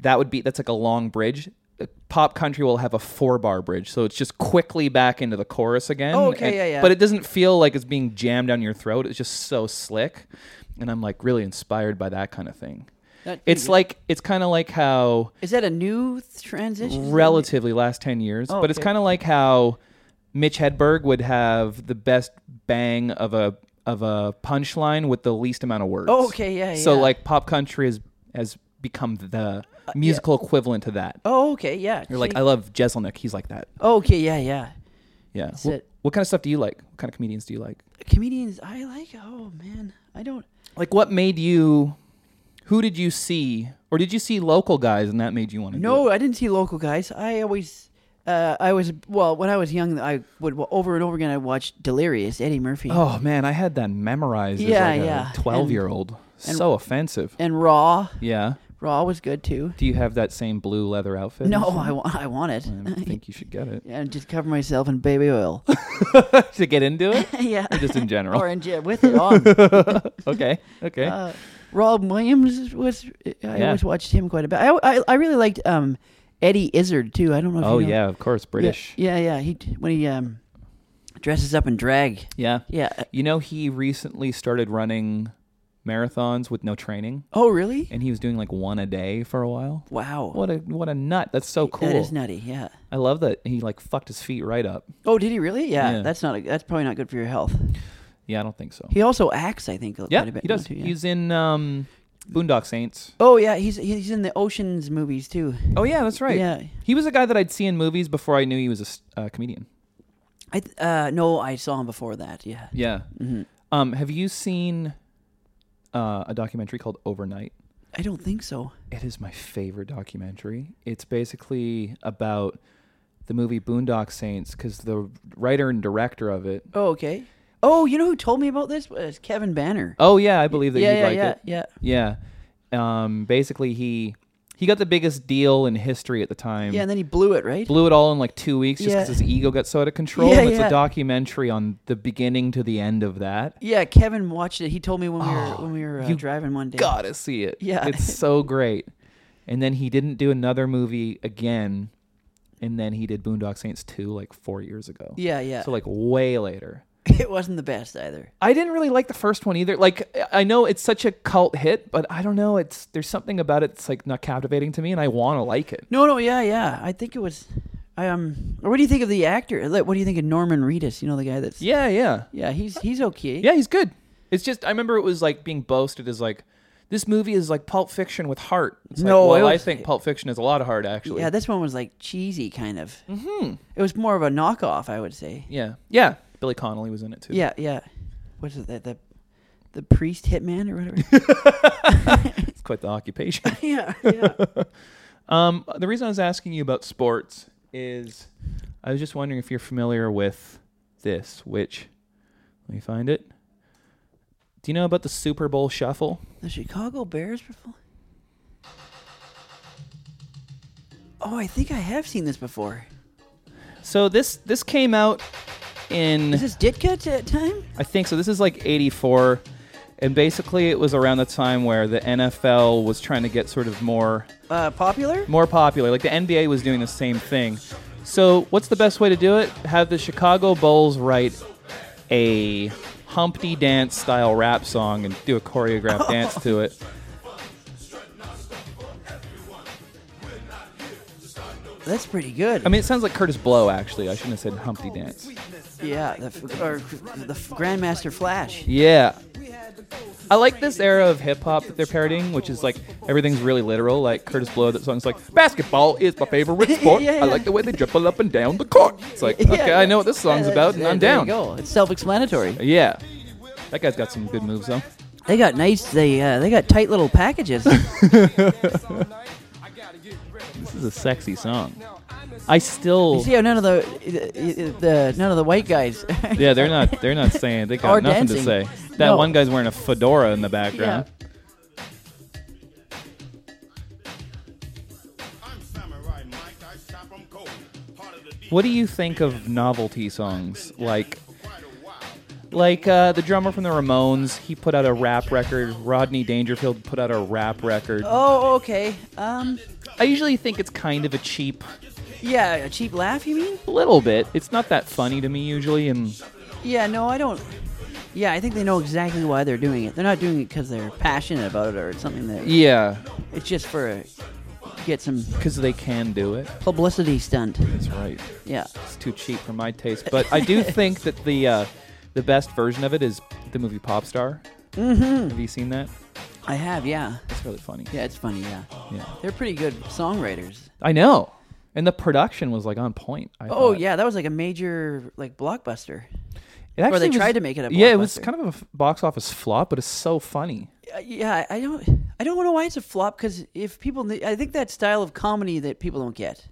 [SPEAKER 2] that would be that's like a long bridge. Uh, Pop country will have a four bar bridge, so it's just quickly back into the chorus again.
[SPEAKER 1] Oh, okay,
[SPEAKER 2] and-
[SPEAKER 1] yeah, yeah.
[SPEAKER 2] But it doesn't feel like it's being jammed down your throat. It's just so slick, and I'm like really inspired by that kind of thing.
[SPEAKER 1] That-
[SPEAKER 2] It's like it's kind of like how
[SPEAKER 1] is that a new th- transition?
[SPEAKER 2] relatively last 10 years
[SPEAKER 1] Oh,
[SPEAKER 2] but it's
[SPEAKER 1] okay.
[SPEAKER 2] kind of like how mitch hedberg would have the best bang of a of a punchline with the least amount of words
[SPEAKER 1] Oh, okay, yeah,
[SPEAKER 2] so
[SPEAKER 1] yeah.
[SPEAKER 2] like pop country has has become the musical equivalent to that
[SPEAKER 1] Oh, okay, yeah.
[SPEAKER 2] you're like
[SPEAKER 1] see?
[SPEAKER 2] i love jeselnik he's like that
[SPEAKER 1] okay, yeah, yeah.
[SPEAKER 2] yeah Wh- what,
[SPEAKER 1] it.
[SPEAKER 2] kind of stuff do you like what kind of comedians do you like
[SPEAKER 1] Comedians I like. Oh man, I don't.
[SPEAKER 2] like what made you who did you see or did you see local guys and that made you want to
[SPEAKER 1] No, I didn't see local guys. I always, uh, I was well when I was young. I would well, over and over again. I watched Delirious, Eddie Murphy,
[SPEAKER 2] oh man i had that memorized
[SPEAKER 1] Yeah,
[SPEAKER 2] as like
[SPEAKER 1] yeah.
[SPEAKER 2] a 12 year old so offensive
[SPEAKER 1] and Raw.
[SPEAKER 2] yeah
[SPEAKER 1] Raw was good too.
[SPEAKER 2] Do you have that same blue leather outfit?
[SPEAKER 1] No, I want, I want it.
[SPEAKER 2] I think you should get it
[SPEAKER 1] and just cover myself in baby oil.
[SPEAKER 2] to get into it,
[SPEAKER 1] yeah.
[SPEAKER 2] or just in general.
[SPEAKER 1] Or in ja- with it on.
[SPEAKER 2] okay, okay.
[SPEAKER 1] uh, Rob Williams was. I always watched him quite a bit. I, I, I really liked um, Eddie Izzard too. I don't know. if
[SPEAKER 2] oh
[SPEAKER 1] you know.
[SPEAKER 2] yeah, of course, British.
[SPEAKER 1] Yeah, yeah. He when he um, dresses up in drag.
[SPEAKER 2] Yeah.
[SPEAKER 1] Yeah.
[SPEAKER 2] You know, he recently started running marathons with no training,
[SPEAKER 1] Oh really?
[SPEAKER 2] and he was doing like one a day for a while.
[SPEAKER 1] wow.
[SPEAKER 2] What a what a nut! That's so cool.
[SPEAKER 1] That is nutty. Yeah.
[SPEAKER 2] I love that he like fucked his feet right up.
[SPEAKER 1] Oh, did he really? Yeah.
[SPEAKER 2] Yeah.
[SPEAKER 1] That's not. A, that's probably not good for your health.
[SPEAKER 2] Yeah, I don't think so.
[SPEAKER 1] He also acts. I think.
[SPEAKER 2] yeah,
[SPEAKER 1] Quite a bit
[SPEAKER 2] he does.
[SPEAKER 1] Too, yeah.
[SPEAKER 2] He's in um, Boondock Saints.
[SPEAKER 1] oh yeah. He's he's in the Ocean's movies too.
[SPEAKER 2] Oh yeah, that's right.
[SPEAKER 1] Yeah.
[SPEAKER 2] he was a guy that I'd see in movies before I knew he was a s- uh, comedian.
[SPEAKER 1] I th- uh no, I saw him before that. Yeah.
[SPEAKER 2] Yeah. Um, have you seen uh, a documentary called Overnight?
[SPEAKER 1] I don't think so.
[SPEAKER 2] It is my favorite documentary. It's basically about the movie Boondock Saints because the writer and director of it.
[SPEAKER 1] Oh okay. Oh, you know who told me about this was Kevin Banner.
[SPEAKER 2] Oh yeah, I believe that
[SPEAKER 1] yeah,
[SPEAKER 2] you
[SPEAKER 1] yeah,
[SPEAKER 2] like
[SPEAKER 1] yeah,
[SPEAKER 2] it. Mm.
[SPEAKER 1] yeah.
[SPEAKER 2] Yeah. Um, basically, he he got the biggest deal in history at the time.
[SPEAKER 1] Yeah, and then he blew it, right?
[SPEAKER 2] blew it all in like two weeks just
[SPEAKER 1] Yeah.
[SPEAKER 2] because his ego got so out of control.
[SPEAKER 1] Yeah,
[SPEAKER 2] and it's
[SPEAKER 1] yeah.
[SPEAKER 2] a documentary on the beginning to the end of that.
[SPEAKER 1] Yeah, Kevin watched it. He told me when we were when we were uh,
[SPEAKER 2] you
[SPEAKER 1] driving one day.
[SPEAKER 2] gotta see it.
[SPEAKER 1] Yeah.
[SPEAKER 2] It's so great. And then he didn't do another movie again. And then he did Boondock Saints 2 like four years ago.
[SPEAKER 1] Yeah, yeah.
[SPEAKER 2] So like way later.
[SPEAKER 1] it wasn't the best either.
[SPEAKER 2] I didn't really like the first one either. Like I know it's such a cult hit, but I don't know. It's there's something about it that's like not captivating to me and I wanna like it.
[SPEAKER 1] No, no, yeah, yeah. I think it was. I um. What do you think of the actor? Like, What do you think of Norman Reedus? You know the guy that's.
[SPEAKER 2] Yeah, yeah.
[SPEAKER 1] Yeah, he's he's okay.
[SPEAKER 2] Yeah, he's good. It's just I remember it was like being boasted as like this movie is like Pulp Fiction with heart. It's
[SPEAKER 1] No,
[SPEAKER 2] like,
[SPEAKER 1] it
[SPEAKER 2] well, I
[SPEAKER 1] was-
[SPEAKER 2] think Pulp Fiction is a lot of heart actually.
[SPEAKER 1] Yeah, this one was like cheesy, kind of. Mm-hmm. It was more of a knockoff, I would say.
[SPEAKER 2] yeah. Yeah. Billy Connolly was in it too.
[SPEAKER 1] Yeah, yeah. What's it that the the priest hitman or whatever?
[SPEAKER 2] It's quite the occupation.
[SPEAKER 1] yeah, yeah.
[SPEAKER 2] Um, the reason I was asking you about sports is I was just wondering if you're familiar with this, which let me find it. Do you know about the Super Bowl shuffle?
[SPEAKER 1] The Chicago Bears before. Oh, I think I have seen this before.
[SPEAKER 2] So this this came out in
[SPEAKER 1] Is this Ditka t- at time?
[SPEAKER 2] I think so. This is like 84. And basically, it was around the time where the NFL was trying to get sort of more
[SPEAKER 1] Uh, popular?
[SPEAKER 2] more popular. Like the NBA was doing the same thing. So, what's the best way to do it? Have the Chicago Bulls write a Humpty Dance style rap song and do a choreographed dance to it.
[SPEAKER 1] That's pretty good.
[SPEAKER 2] I mean, it sounds like Curtis Blow, actually. I shouldn't have said Humpty Dance.
[SPEAKER 1] yeah, the f- or the f- Grandmaster Flash.
[SPEAKER 2] Yeah. I like this era of hip hop that they're parodying, which is like everything's really literal. Like Curtis Blow, that song's like basketball is my favorite sport.
[SPEAKER 1] Yeah, yeah.
[SPEAKER 2] I like the way they dribble up and down the court. It's like
[SPEAKER 1] Yeah,
[SPEAKER 2] okay, I know what this song's
[SPEAKER 1] yeah,
[SPEAKER 2] about, and
[SPEAKER 1] there-
[SPEAKER 2] I'm
[SPEAKER 1] there you
[SPEAKER 2] down.
[SPEAKER 1] go. It's self-explanatory.
[SPEAKER 2] Yeah, that guy's got some good moves though.
[SPEAKER 1] They got nice. They uh, they got tight little packages.
[SPEAKER 2] This is a sexy song. I still.
[SPEAKER 1] you see how none of the, the, the none of the white guys.
[SPEAKER 2] Yeah, they're not. They're not saying. They
[SPEAKER 1] Or
[SPEAKER 2] got nothing to say.
[SPEAKER 1] dancing.
[SPEAKER 2] That
[SPEAKER 1] No.
[SPEAKER 2] one guy's wearing a fedora in the background.
[SPEAKER 4] I'm Samurai Mike, I shop 'em cold. Part of the deal
[SPEAKER 2] What do you think of novelty songs? Like,
[SPEAKER 4] for quite a while.
[SPEAKER 2] like uh, the drummer from the Ramones. He put out a rap record. Rodney Dangerfield put out a rap record.
[SPEAKER 1] Oh, okay. Um,
[SPEAKER 2] I usually think it's kind of a cheap
[SPEAKER 1] yeah, a cheap laugh. You mean?
[SPEAKER 2] little bit. It's not that funny to me usually, and
[SPEAKER 1] Yeah. No, I don't. Yeah, I think they know exactly why they're doing it. They're not doing it because they're passionate about it or it's something that.
[SPEAKER 2] yeah,
[SPEAKER 1] It's just for a, get some
[SPEAKER 2] because they can do it.
[SPEAKER 1] publicity stunt.
[SPEAKER 2] That's right.
[SPEAKER 1] Yeah.
[SPEAKER 2] It's too cheap for my taste, but I do think that the uh, the best version of it is the movie Popstar. Mm-hmm. Have you seen that?
[SPEAKER 1] I have. Yeah.
[SPEAKER 2] It's really funny.
[SPEAKER 1] Yeah, it's funny. Yeah.
[SPEAKER 2] Yeah.
[SPEAKER 1] They're pretty good songwriters.
[SPEAKER 2] I know. And the production was like on point. I
[SPEAKER 1] Oh
[SPEAKER 2] thought.
[SPEAKER 1] yeah, that was like a major like blockbuster.
[SPEAKER 2] it actually
[SPEAKER 1] they
[SPEAKER 2] was-
[SPEAKER 1] tried to make it a
[SPEAKER 2] Yeah, it was
[SPEAKER 1] blockbuster.
[SPEAKER 2] kind of a f- box office flop, but it's so funny.
[SPEAKER 1] Uh, yeah, I don't, I don't know why it's a flop because if people, kn- I think that style of comedy that people don't get.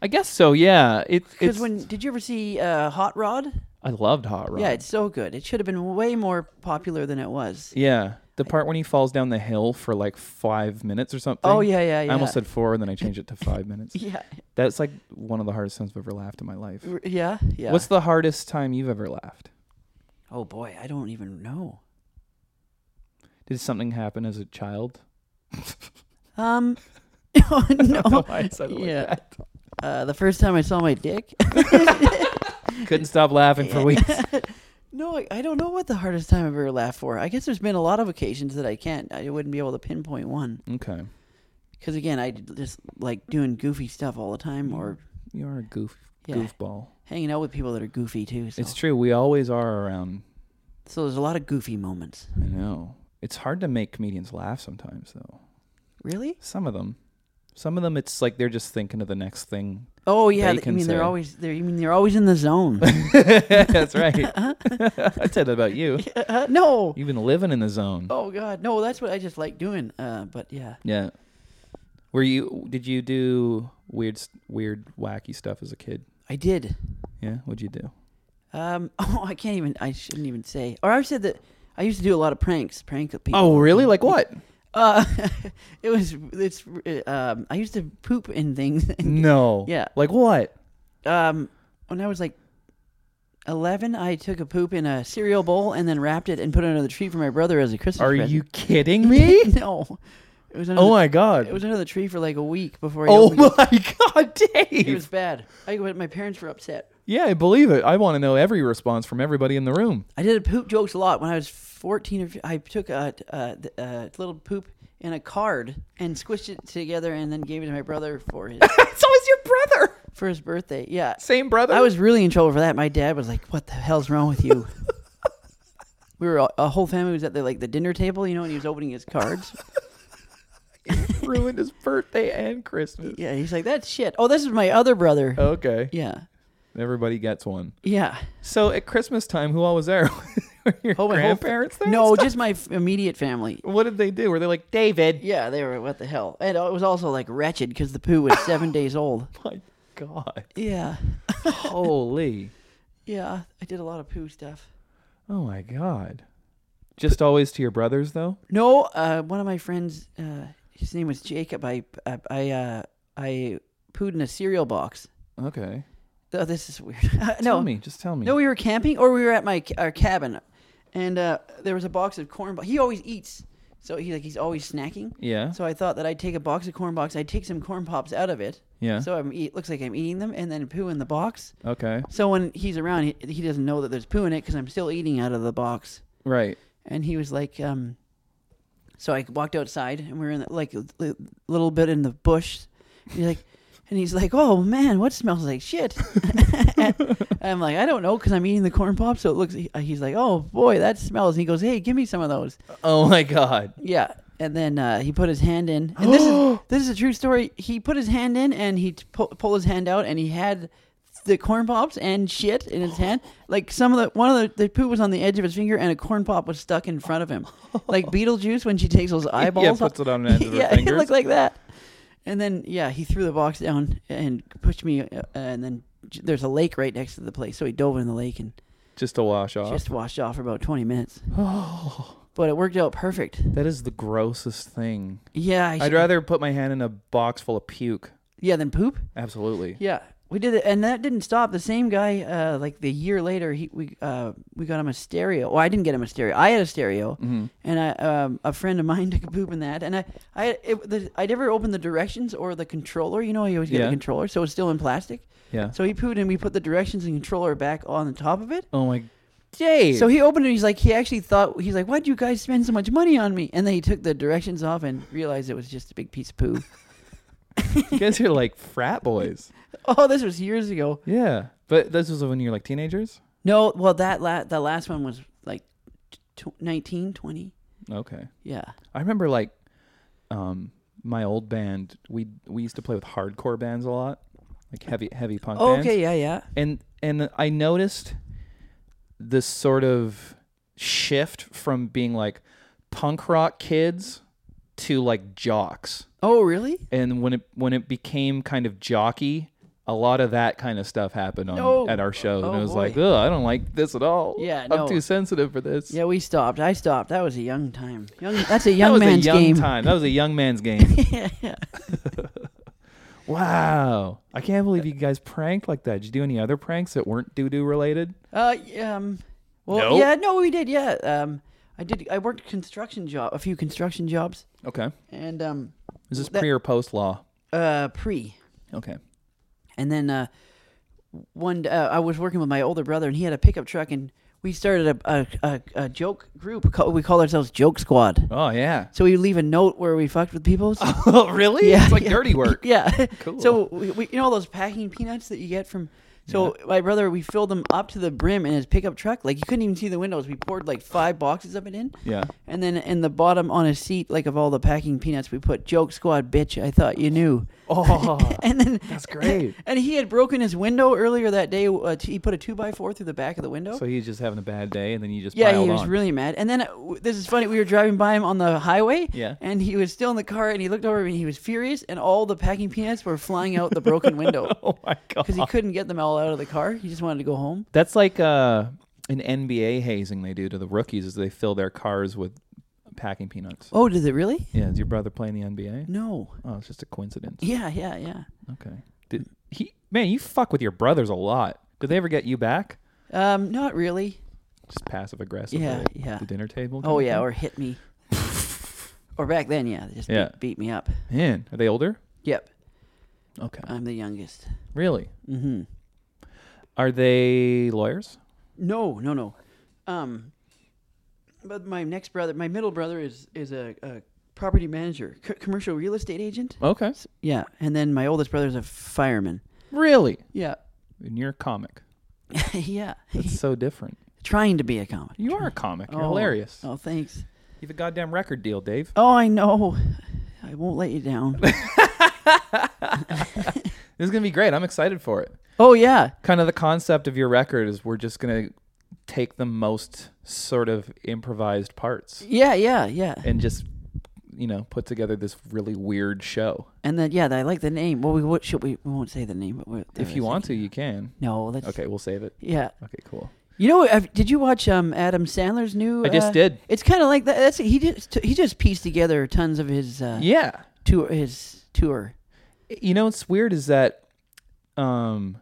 [SPEAKER 2] I guess so. Yeah, it, it's.
[SPEAKER 1] Because when did you ever see uh, Hot Rod?
[SPEAKER 2] I loved Hot Rod.
[SPEAKER 1] Yeah, it's so good. It should have been way more popular than it was.
[SPEAKER 2] Yeah, the part when he falls down the hill for like five minutes or something.
[SPEAKER 1] Oh, yeah, yeah,
[SPEAKER 2] I
[SPEAKER 1] yeah.
[SPEAKER 2] almost said four, and then I changed it to five minutes.
[SPEAKER 1] Yeah,
[SPEAKER 2] That's like one of the hardest times I've ever laughed in my life.
[SPEAKER 1] R- yeah, yeah.
[SPEAKER 2] What's the hardest time you've ever laughed?
[SPEAKER 1] oh boy, I don't even know.
[SPEAKER 2] Did something happen as a child?
[SPEAKER 1] Um, no,
[SPEAKER 2] Oh, I said it like
[SPEAKER 1] yeah.
[SPEAKER 2] that.
[SPEAKER 1] Uh, the first time I saw my dick.
[SPEAKER 2] Couldn't stop laughing for weeks.
[SPEAKER 1] no, I, I don't know what the hardest time I've ever laughed for. I guess there's been a lot of occasions that I can't. I wouldn't be able to pinpoint one.
[SPEAKER 2] okay,
[SPEAKER 1] Because again, I d- just like doing goofy stuff all the time or
[SPEAKER 2] you are a goof
[SPEAKER 1] Yeah.
[SPEAKER 2] goofball.
[SPEAKER 1] hanging out with people that are goofy too. So,
[SPEAKER 2] It's true. We always are around.
[SPEAKER 1] so there's a lot of goofy moments.
[SPEAKER 2] I know. It's hard to make comedians laugh sometimes, though.
[SPEAKER 1] Really?
[SPEAKER 2] Some of them, some of them, it's like they're just thinking of the next thing.
[SPEAKER 1] Oh yeah,
[SPEAKER 2] They
[SPEAKER 1] th- I
[SPEAKER 2] can
[SPEAKER 1] mean they're
[SPEAKER 2] say.
[SPEAKER 1] always they're you mean they're always in the zone.
[SPEAKER 2] that's right. I said that about you.
[SPEAKER 1] Uh, no.
[SPEAKER 2] You've been living in the zone.
[SPEAKER 1] Oh god, no, that's what I just like doing. Uh, but yeah.
[SPEAKER 2] Yeah. Were you? Did you do weird, s- weird, wacky stuff as a kid?
[SPEAKER 1] I did.
[SPEAKER 2] Yeah. What'd you do?
[SPEAKER 1] Um oh, I can't even I shouldn't even say. Or I said that I used to do a lot of pranks, prank people.
[SPEAKER 2] really? Like what?
[SPEAKER 1] Uh it was it's uh, um I used to poop in things.
[SPEAKER 2] No.
[SPEAKER 1] Yeah.
[SPEAKER 2] Like what?
[SPEAKER 1] um, when I was like 11, I took a poop in a cereal bowl and then wrapped it and put it under the tree for my brother as a Christmas
[SPEAKER 2] Are
[SPEAKER 1] present.
[SPEAKER 2] you kidding me?
[SPEAKER 1] no. It was under
[SPEAKER 2] oh
[SPEAKER 1] the,
[SPEAKER 2] my god.
[SPEAKER 1] It was under the tree for like a week before. he
[SPEAKER 2] oh
[SPEAKER 1] opened it.
[SPEAKER 2] my god,
[SPEAKER 1] It
[SPEAKER 2] Dave.
[SPEAKER 1] was bad. I went- my parents were upset.
[SPEAKER 2] yeah, I believe it. I want to know every response from everybody in the room.
[SPEAKER 1] I did poop jokes a lot when I was 14. Or, f- I took a, a, a little poop in a card and squished it together and then gave it to my brother for his
[SPEAKER 2] so is your brother.
[SPEAKER 1] for his birthday. Yeah,
[SPEAKER 2] Same brother.
[SPEAKER 1] I was really in trouble for that. My dad was like, "What the hell's wrong with you?" we were all, a whole family was at the like the dinner table, you know, and he was opening his cards.
[SPEAKER 2] ruined his birthday and Christmas.
[SPEAKER 1] yeah, he's like, "That's shit." Oh, this is my other brother.
[SPEAKER 2] Okay.
[SPEAKER 1] Yeah,
[SPEAKER 2] Everybody gets one.
[SPEAKER 1] yeah.
[SPEAKER 2] So at Christmas time, who all was there? Were your
[SPEAKER 1] Oh, my whole fa-
[SPEAKER 2] grandparents there? and
[SPEAKER 1] No,
[SPEAKER 2] stuff?
[SPEAKER 1] just my f- immediate family.
[SPEAKER 2] what did they do? Were they like David?
[SPEAKER 1] Yeah, they were what the hell, and it was also like wretched because the poo was seven days old.
[SPEAKER 2] My God.
[SPEAKER 1] Yeah,
[SPEAKER 2] Holy.
[SPEAKER 1] yeah. I did a lot of poo stuff.
[SPEAKER 2] Oh my God. Just always to your brothers though.
[SPEAKER 1] No, uh, one of my friends, uh, his name was Jacob. I I I, uh, I pooed in a cereal box.
[SPEAKER 2] Okay.
[SPEAKER 1] Oh, this is weird. no,
[SPEAKER 2] Tell me. Just tell me.
[SPEAKER 1] No, we were camping, or we were at my ca- our cabin, and uh, there was a box of corn. Bo- he always eats, so he like he's always snacking.
[SPEAKER 2] Yeah.
[SPEAKER 1] So I thought that I'd take a box of corn box. I'd take some corn pops out of it.
[SPEAKER 2] Yeah.
[SPEAKER 1] So I'm eat. Looks like I'm eating them, and then poo in the box.
[SPEAKER 2] okay.
[SPEAKER 1] So when he's around, he, he doesn't know that there's poo in it because I'm still eating out of the box.
[SPEAKER 2] Right.
[SPEAKER 1] And he was like, um, so I walked outside, and we were in the, like a li- little bit in the bush. And he's like, And he's like, "Oh man, what smells like shit?" And I'm like, "I don't know, because I'm eating the corn pop." So it looks. he- He's like, "Oh boy, that smells." And he goes, "Hey, give me some of those."
[SPEAKER 2] Oh my god.
[SPEAKER 1] Yeah. And then uh, he put his hand in. And this is this is a true story. He put his hand in and he t- pull, pull his hand out and he had the corn pops and shit in his hand. Like some of the one of the the poo was on the edge of his finger and a corn pop was stuck in front of him. Like Beetlejuice when she takes those eyeballs.
[SPEAKER 2] puts
[SPEAKER 1] off-
[SPEAKER 2] it on the edge of her
[SPEAKER 1] yeah, it
[SPEAKER 2] fingers.
[SPEAKER 1] looked like that. And then yeah, he threw the box down and pushed me. Uh, and then j- there's a lake right next to the place, so he dove in the lake and
[SPEAKER 2] Just to wash off.
[SPEAKER 1] just washed off for about 20 minutes. But it worked out perfect.
[SPEAKER 2] that is the grossest thing.
[SPEAKER 1] Yeah, I
[SPEAKER 2] I'd
[SPEAKER 1] should-
[SPEAKER 2] rather put my hand in a box full of puke.
[SPEAKER 1] Yeah, then poop.
[SPEAKER 2] Absolutely.
[SPEAKER 1] Yeah, we did it, and that didn't stop. The same guy, uh, like the year later, he we uh, we got him a stereo. Well, I didn't get him a stereo. I had a stereo, and I um, a friend of mine took a poop in that, and I I it, the, I never opened the directions or the controller. You know, you always get
[SPEAKER 2] Yeah.
[SPEAKER 1] the controller, so it's still in plastic.
[SPEAKER 2] Yeah.
[SPEAKER 1] So he pooped, and we put the directions and controller back on the top of it.
[SPEAKER 2] Oh my Dave.
[SPEAKER 1] So he opened it. He's like, he actually thought he's like, why'd you guys spend so much money on me? And then he took the directions off and realized it was just a big piece of poo.
[SPEAKER 2] you guys are like frat boys.
[SPEAKER 1] oh, this was years ago.
[SPEAKER 2] Yeah. But this was when you were like teenagers?
[SPEAKER 1] No, well, that la- the last one was like tw 19, 20.
[SPEAKER 2] Okay.
[SPEAKER 1] Yeah.
[SPEAKER 2] I remember like um my old band, we we used to play with hardcore bands a lot. Like heavy heavy punk bands.
[SPEAKER 1] Oh, okay, yeah, yeah.
[SPEAKER 2] and and I noticed this sort of shift from being like punk rock kids to like jocks.
[SPEAKER 1] Oh, really?
[SPEAKER 2] And when it when it became kind of jockey, a lot of that kind of stuff happened on
[SPEAKER 1] No.
[SPEAKER 2] at our show, and
[SPEAKER 1] Oh,
[SPEAKER 2] it was
[SPEAKER 1] boy.
[SPEAKER 2] like, oh, I don't like this at all.
[SPEAKER 1] Yeah,
[SPEAKER 2] I'm
[SPEAKER 1] no.
[SPEAKER 2] too sensitive for this.
[SPEAKER 1] Yeah, we stopped. I stopped. That was a young time. Young, that's a
[SPEAKER 2] that
[SPEAKER 1] young
[SPEAKER 2] was
[SPEAKER 1] man's
[SPEAKER 2] a young
[SPEAKER 1] game.
[SPEAKER 2] time. That was a young man's game.
[SPEAKER 1] yeah, yeah.
[SPEAKER 2] wow, I can't believe you guys pranked like that. Did you do any other pranks that weren't doo doo related?
[SPEAKER 1] Uh, y- um, well,
[SPEAKER 2] No?
[SPEAKER 1] yeah, no, we did. Yeah. Um, I did. I worked construction job, a few construction jobs,
[SPEAKER 2] Okay,
[SPEAKER 1] and um,
[SPEAKER 2] is this
[SPEAKER 1] That-
[SPEAKER 2] pre or post law?
[SPEAKER 1] uh, pre.
[SPEAKER 2] Okay,
[SPEAKER 1] And then uh, one, uh, I was working with my older brother, and he had a pickup truck, and we started a a, a, a joke group. called- We called ourselves Joke Squad.
[SPEAKER 2] oh yeah.
[SPEAKER 1] So we leave a note where we fucked with people. So,
[SPEAKER 2] Oh, really?
[SPEAKER 1] Yeah,
[SPEAKER 2] it's like
[SPEAKER 1] yeah.
[SPEAKER 2] dirty work.
[SPEAKER 1] yeah.
[SPEAKER 2] Cool.
[SPEAKER 1] So we, we, you know all those packing peanuts that you get from. So my brother, we filled them up to the brim in his pickup truck. Like you couldn't even see the windows. We poured like five boxes of it in.
[SPEAKER 2] Yeah.
[SPEAKER 1] And then in the bottom on a seat, like of all the packing peanuts, we put "Joke Squad, bitch." I thought you knew.
[SPEAKER 2] Oh,
[SPEAKER 1] And then
[SPEAKER 2] that's great.
[SPEAKER 1] And he had broken his window earlier that day. Uh, t- he put a two by four through the back of the window.
[SPEAKER 2] so he's just having a bad day, and then you just
[SPEAKER 1] Yeah,
[SPEAKER 2] piled
[SPEAKER 1] he was
[SPEAKER 2] on.
[SPEAKER 1] really mad. And then uh, w- this is funny. We were driving by him on the highway.
[SPEAKER 2] Yeah.
[SPEAKER 1] And he was still in the car, and he looked over at me. and He was furious, and all the packing peanuts were flying out the broken window
[SPEAKER 2] oh my
[SPEAKER 1] because he
[SPEAKER 2] god,
[SPEAKER 1] couldn't get them all out of the car. He just wanted to go home.
[SPEAKER 2] that's like uh, an NBA hazing they do to the rookies is they fill their cars with packing peanuts.
[SPEAKER 1] Oh, did it really?
[SPEAKER 2] Yeah, is your brother playing the NBA?
[SPEAKER 1] No.
[SPEAKER 2] Oh, it's just a coincidence.
[SPEAKER 1] Yeah, yeah, yeah.
[SPEAKER 2] Okay, did he? Man, you fuck with your brothers a lot. Did they ever get you back?
[SPEAKER 1] Um, not really.
[SPEAKER 2] Just passive aggressive.
[SPEAKER 1] Yeah,
[SPEAKER 2] at
[SPEAKER 1] yeah.
[SPEAKER 2] The dinner table.
[SPEAKER 1] Oh
[SPEAKER 2] kind
[SPEAKER 1] yeah,
[SPEAKER 2] of
[SPEAKER 1] or hit me. or back then, yeah, they just beat-
[SPEAKER 2] Yeah.
[SPEAKER 1] beat, me up.
[SPEAKER 2] thing? man, are they older?
[SPEAKER 1] Yep,
[SPEAKER 2] Okay,
[SPEAKER 1] I'm the youngest.
[SPEAKER 2] really. Mm-hmm. Are they lawyers?
[SPEAKER 1] No, no, no. Um, but my next brother, my middle brother, is is a, a property manager, c- commercial real estate agent.
[SPEAKER 2] Okay,
[SPEAKER 1] Yeah, and then my oldest brother's a fireman.
[SPEAKER 2] really.
[SPEAKER 1] Yeah,
[SPEAKER 2] And you're a comic.
[SPEAKER 1] yeah.
[SPEAKER 2] That's so different.
[SPEAKER 1] Trying to be a comic.
[SPEAKER 2] You are a comic. You're
[SPEAKER 1] Oh,
[SPEAKER 2] hilarious.
[SPEAKER 1] Oh, thanks.
[SPEAKER 2] You have a goddamn record deal, Dave.
[SPEAKER 1] Oh, I know. I won't let you down.
[SPEAKER 2] This is gonna be great. I'm excited for it.
[SPEAKER 1] oh yeah,
[SPEAKER 2] Kind of the concept of your record is we're just gonna take the most sort of improvised parts
[SPEAKER 1] yeah, yeah, yeah.
[SPEAKER 2] and just you know put together this really weird show.
[SPEAKER 1] And then yeah, I like the name. Well, we what should we? We won't say the name, but we're,
[SPEAKER 2] If you want to, you can.
[SPEAKER 1] No, that's
[SPEAKER 2] Okay, we'll save it.
[SPEAKER 1] Yeah.
[SPEAKER 2] Okay, cool.
[SPEAKER 1] You know, i did you watch um, Adam Sandler's new? uh,
[SPEAKER 2] I just did.
[SPEAKER 1] It's kind of like that. That's he just he just pieced together tons of his uh,
[SPEAKER 2] Yeah.
[SPEAKER 1] tour his tour.
[SPEAKER 2] You know what's weird is that um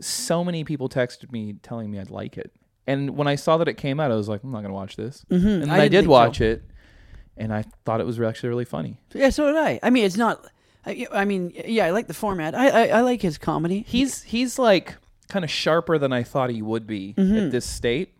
[SPEAKER 2] so many people texted me telling me I'd like it. And when I saw that it came out, I was like, I'm not gonna watch this. Mm-hmm. And then
[SPEAKER 1] I
[SPEAKER 2] I,
[SPEAKER 1] didn't
[SPEAKER 2] did
[SPEAKER 1] think so.
[SPEAKER 2] watch it and I thought it was actually really funny.
[SPEAKER 1] Yeah, so did I. I mean, it's not. I, I mean, yeah, I like the format. I I, I like his comedy.
[SPEAKER 2] He's he's like kind of sharper than I thought he would be at this state.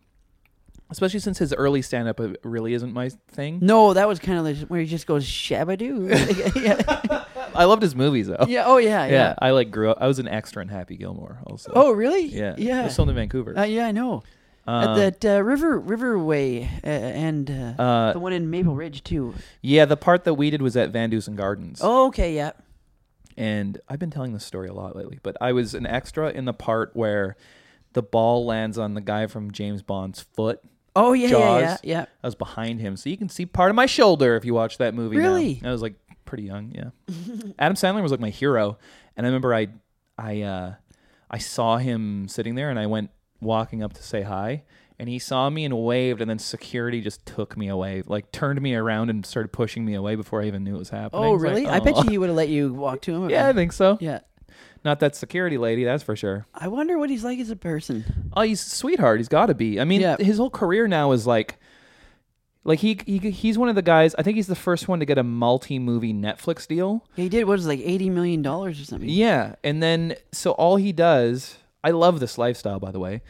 [SPEAKER 2] Especially since his early stand up really isn't my thing.
[SPEAKER 1] No, that was kind of where he just goes shabadoo. yeah.
[SPEAKER 2] I loved his movies though.
[SPEAKER 1] Yeah. Oh yeah.
[SPEAKER 2] yeah.
[SPEAKER 1] Yeah.
[SPEAKER 2] I like grew up. I was an extra in Happy Gilmore also.
[SPEAKER 1] oh really?
[SPEAKER 2] yeah, It
[SPEAKER 1] Yeah.
[SPEAKER 2] was filmed in Vancouver.
[SPEAKER 1] Uh, yeah, I know.
[SPEAKER 2] Um,
[SPEAKER 1] At that uh, River Riverway uh, and uh,
[SPEAKER 2] Uh,
[SPEAKER 1] the one in Maple Ridge too.
[SPEAKER 2] yeah, the part that we did was at Van Dusen Gardens.
[SPEAKER 1] Oh, okay. Yeah.
[SPEAKER 2] and I've been telling this story a lot lately, but I was an extra in the part where the ball lands on the guy from James Bond's foot.
[SPEAKER 1] Oh yeah. Yeah.
[SPEAKER 2] Jaws.
[SPEAKER 1] Yeah. yeah.
[SPEAKER 2] I was behind him, so you can see part of my shoulder if you watch that movie. now.
[SPEAKER 1] Really?
[SPEAKER 2] I was like pretty young, yeah. Adam Sandler was like my hero, and I remember I, I, uh, I saw him sitting there, and I went walking up to say hi, and he saw me and waved, and then security just took me away, like turned me around and started pushing me away before I even knew it was happening.
[SPEAKER 1] Oh
[SPEAKER 2] It's like,
[SPEAKER 1] really? I bet
[SPEAKER 2] "Aw."
[SPEAKER 1] you he would have let you walk to him. if-
[SPEAKER 2] Yeah, I think so.
[SPEAKER 1] Yeah.
[SPEAKER 2] Not that security lady, that's for sure.
[SPEAKER 1] I wonder what he's like as a person.
[SPEAKER 2] Oh, he's a sweetheart. He's got to be. I mean,
[SPEAKER 1] Yeah.
[SPEAKER 2] his whole career now is like, like he, he he's one of the guys. I think he's the first one to get a multi movie Netflix deal.
[SPEAKER 1] He did what was it, like eighty million dollars or something.
[SPEAKER 2] Yeah, and then so all he does. I love this lifestyle, by the way.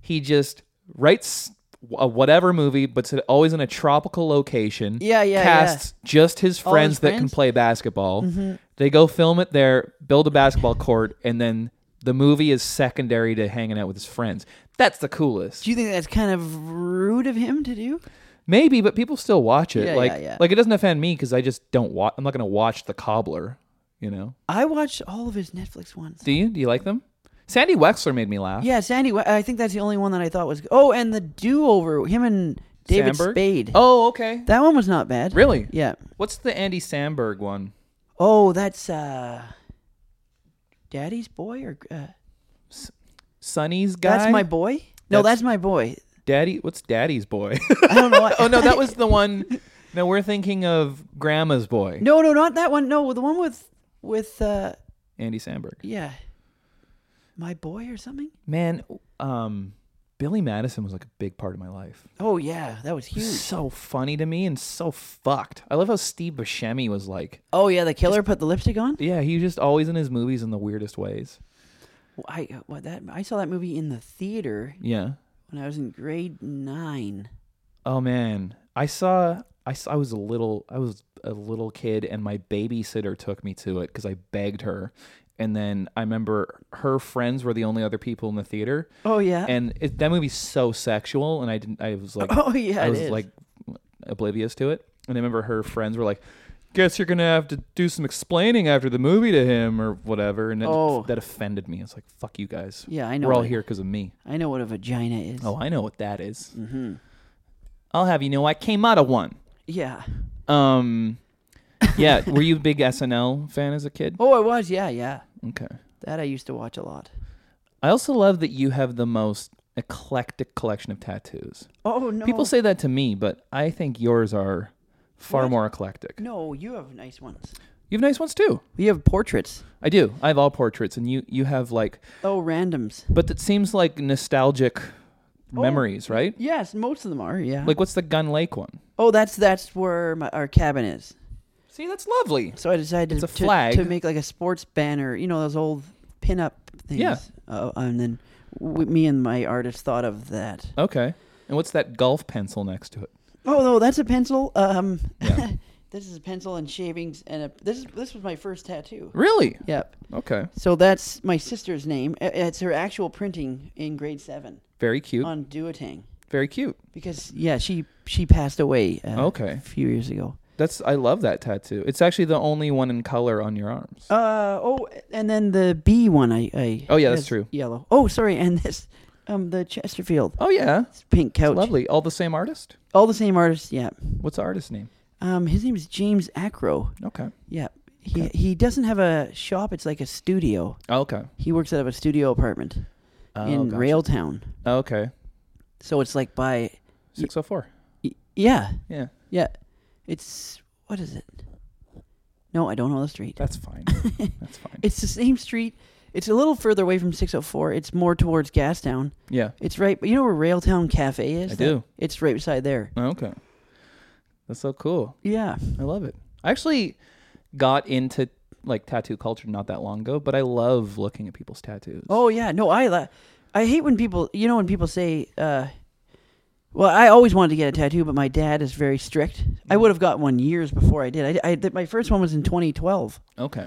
[SPEAKER 2] He just writes a whatever movie, but it's always in a tropical location.
[SPEAKER 1] Yeah, yeah, yeah.
[SPEAKER 2] Casts just his
[SPEAKER 1] All his
[SPEAKER 2] friends that can
[SPEAKER 1] friends? Mm-hmm.
[SPEAKER 2] play basketball. They go film it there, build a basketball court, and then the movie is secondary to hanging out with his friends. That's the coolest.
[SPEAKER 1] Do you think that's kind of rude of him to do?
[SPEAKER 2] Maybe, but people still watch it.
[SPEAKER 1] Yeah,
[SPEAKER 2] like,
[SPEAKER 1] yeah, yeah.
[SPEAKER 2] like it doesn't offend me because I just don't watch. I'm not gonna watch the Cobbler. You know?
[SPEAKER 1] I watched all of his Netflix ones.
[SPEAKER 2] Do you? Do you like them? Sandy Wexler made me laugh.
[SPEAKER 1] Yeah, Sandy. Wa- I think that's the only one that I thought was. Oh, and the Do Over, him and David
[SPEAKER 2] Sandberg?
[SPEAKER 1] Spade.
[SPEAKER 2] Oh, okay.
[SPEAKER 1] that one was not bad.
[SPEAKER 2] Really?
[SPEAKER 1] Yeah.
[SPEAKER 2] What's the Andy Samberg one?
[SPEAKER 1] Oh, that's uh, Daddy's boy or uh,
[SPEAKER 2] Sonny's guy.
[SPEAKER 1] that's my boy. No,
[SPEAKER 2] That's-
[SPEAKER 1] that's, my boy.
[SPEAKER 2] daddy. What's Daddy's boy?
[SPEAKER 1] I don't know. Why.
[SPEAKER 2] oh no, that was the one. No, we're thinking of Grandma's boy.
[SPEAKER 1] no, no, not that one. No, the one with with uh,
[SPEAKER 2] Andy Samberg.
[SPEAKER 1] yeah, my boy or something.
[SPEAKER 2] Man, um, Billy Madison was like a big part of my life.
[SPEAKER 1] Oh yeah, that was huge.
[SPEAKER 2] So funny to me and so fucked. I love how Steve Buscemi was like
[SPEAKER 1] Oh yeah, the killer put the lipstick on.
[SPEAKER 2] Yeah, he's just always in his movies in the weirdest ways.
[SPEAKER 1] I uh, what that I saw that movie in the theater
[SPEAKER 2] Yeah.
[SPEAKER 1] when I was in grade nine.
[SPEAKER 2] Oh man, I saw. I saw, I was a little. I was a little kid, and my babysitter took me to it because I begged her. And then I remember her friends were the only other people in the theater,
[SPEAKER 1] Oh yeah.
[SPEAKER 2] and it, that movie's so sexual. And I didn't. I was like,
[SPEAKER 1] Oh, yeah,
[SPEAKER 2] I
[SPEAKER 1] it
[SPEAKER 2] was
[SPEAKER 1] is.
[SPEAKER 2] like oblivious to it. And I remember her friends were like. Guess you're gonna have to do some explaining after the movie to him or whatever, and that,
[SPEAKER 1] Oh.
[SPEAKER 2] that offended me. It's like fuck you guys.
[SPEAKER 1] Yeah, I know
[SPEAKER 2] We're all
[SPEAKER 1] it.
[SPEAKER 2] here because of me.
[SPEAKER 1] I know what a vagina is.
[SPEAKER 2] Oh, I know what that
[SPEAKER 1] Mm.
[SPEAKER 2] Mm-hmm. I'll have you know, I came out of one.
[SPEAKER 1] Yeah.
[SPEAKER 2] Um, yeah. were you a big SNL fan as a kid?
[SPEAKER 1] Oh, it was. Yeah, yeah.
[SPEAKER 2] Okay.
[SPEAKER 1] That I used to watch a lot.
[SPEAKER 2] I also love that you have the most eclectic collection of tattoos.
[SPEAKER 1] Oh no.
[SPEAKER 2] People say that to me, but I think yours are far more eclectic.
[SPEAKER 1] no. You have nice ones.
[SPEAKER 2] You have nice ones too.
[SPEAKER 1] You have portraits.
[SPEAKER 2] I do. I have all portraits, and you you have like,
[SPEAKER 1] Oh, randoms.
[SPEAKER 2] but it seems like nostalgic
[SPEAKER 1] Oh.
[SPEAKER 2] memories, right?
[SPEAKER 1] Yes, most of them are. Yeah.
[SPEAKER 2] Like, what's the Gun Lake one?
[SPEAKER 1] oh, that's that's where my, our cabin is.
[SPEAKER 2] See, that's lovely.
[SPEAKER 1] So I decided
[SPEAKER 2] It's a
[SPEAKER 1] to,
[SPEAKER 2] flag.
[SPEAKER 1] to make like a sports banner. You know those old pin-up things.
[SPEAKER 2] Yeah.
[SPEAKER 1] Uh, and then w- me and my artist thought of that.
[SPEAKER 2] Okay. And what's that golf pencil next to it?
[SPEAKER 1] Oh no, that's a pencil. Um,
[SPEAKER 2] Yeah.
[SPEAKER 1] this is a pencil and shavings, and a, this is this was my first tattoo.
[SPEAKER 2] Really?
[SPEAKER 1] Yep.
[SPEAKER 2] Okay.
[SPEAKER 1] So that's my sister's name. I- It's her actual printing in grade seven
[SPEAKER 2] Very cute.
[SPEAKER 1] on Duotang.
[SPEAKER 2] Very cute.
[SPEAKER 1] Because yeah, she she passed away. Uh,
[SPEAKER 2] Okay.
[SPEAKER 1] A few years ago.
[SPEAKER 2] That's I love that tattoo. It's actually the only one in color on your arms.
[SPEAKER 1] Uh oh, and then the B one I. I
[SPEAKER 2] Oh, yeah, that's
[SPEAKER 1] is
[SPEAKER 2] true.
[SPEAKER 1] Yellow. Oh sorry, and this um the Chesterfield
[SPEAKER 2] oh yeah.
[SPEAKER 1] It's pink couch.
[SPEAKER 2] Lovely. All the same artist?
[SPEAKER 1] All the same artist. Yeah.
[SPEAKER 2] What's the artist's name?
[SPEAKER 1] Um, his name is James Acro.
[SPEAKER 2] Okay.
[SPEAKER 1] Yeah. He he doesn't have a shop. It's like a studio.
[SPEAKER 2] Oh, okay.
[SPEAKER 1] He works out of a studio apartment
[SPEAKER 2] Oh,
[SPEAKER 1] in
[SPEAKER 2] gotcha.
[SPEAKER 1] Railtown.
[SPEAKER 2] Oh, okay.
[SPEAKER 1] So it's like by
[SPEAKER 2] Six oh four.
[SPEAKER 1] y- yeah,
[SPEAKER 2] Yeah.
[SPEAKER 1] yeah. It's what is it? No, I don't know the street.
[SPEAKER 2] That's fine. that's fine.
[SPEAKER 1] It's the same street. It's a little further away from 604. It's more towards Gastown.
[SPEAKER 2] Yeah.
[SPEAKER 1] It's right, you know where Railtown Cafe is?
[SPEAKER 2] I do.
[SPEAKER 1] It's right beside there.
[SPEAKER 2] Oh, okay. That's so cool.
[SPEAKER 1] Yeah.
[SPEAKER 2] I love it. I actually got into like tattoo culture not that long ago, but I love looking at people's tattoos.
[SPEAKER 1] Oh yeah. No, I la- I hate when people, you know, when people say, uh, Well, I always wanted to get a tattoo, but my dad is very strict. I would have got one years before I did. I, I did- my first one was in 2012,
[SPEAKER 2] Okay.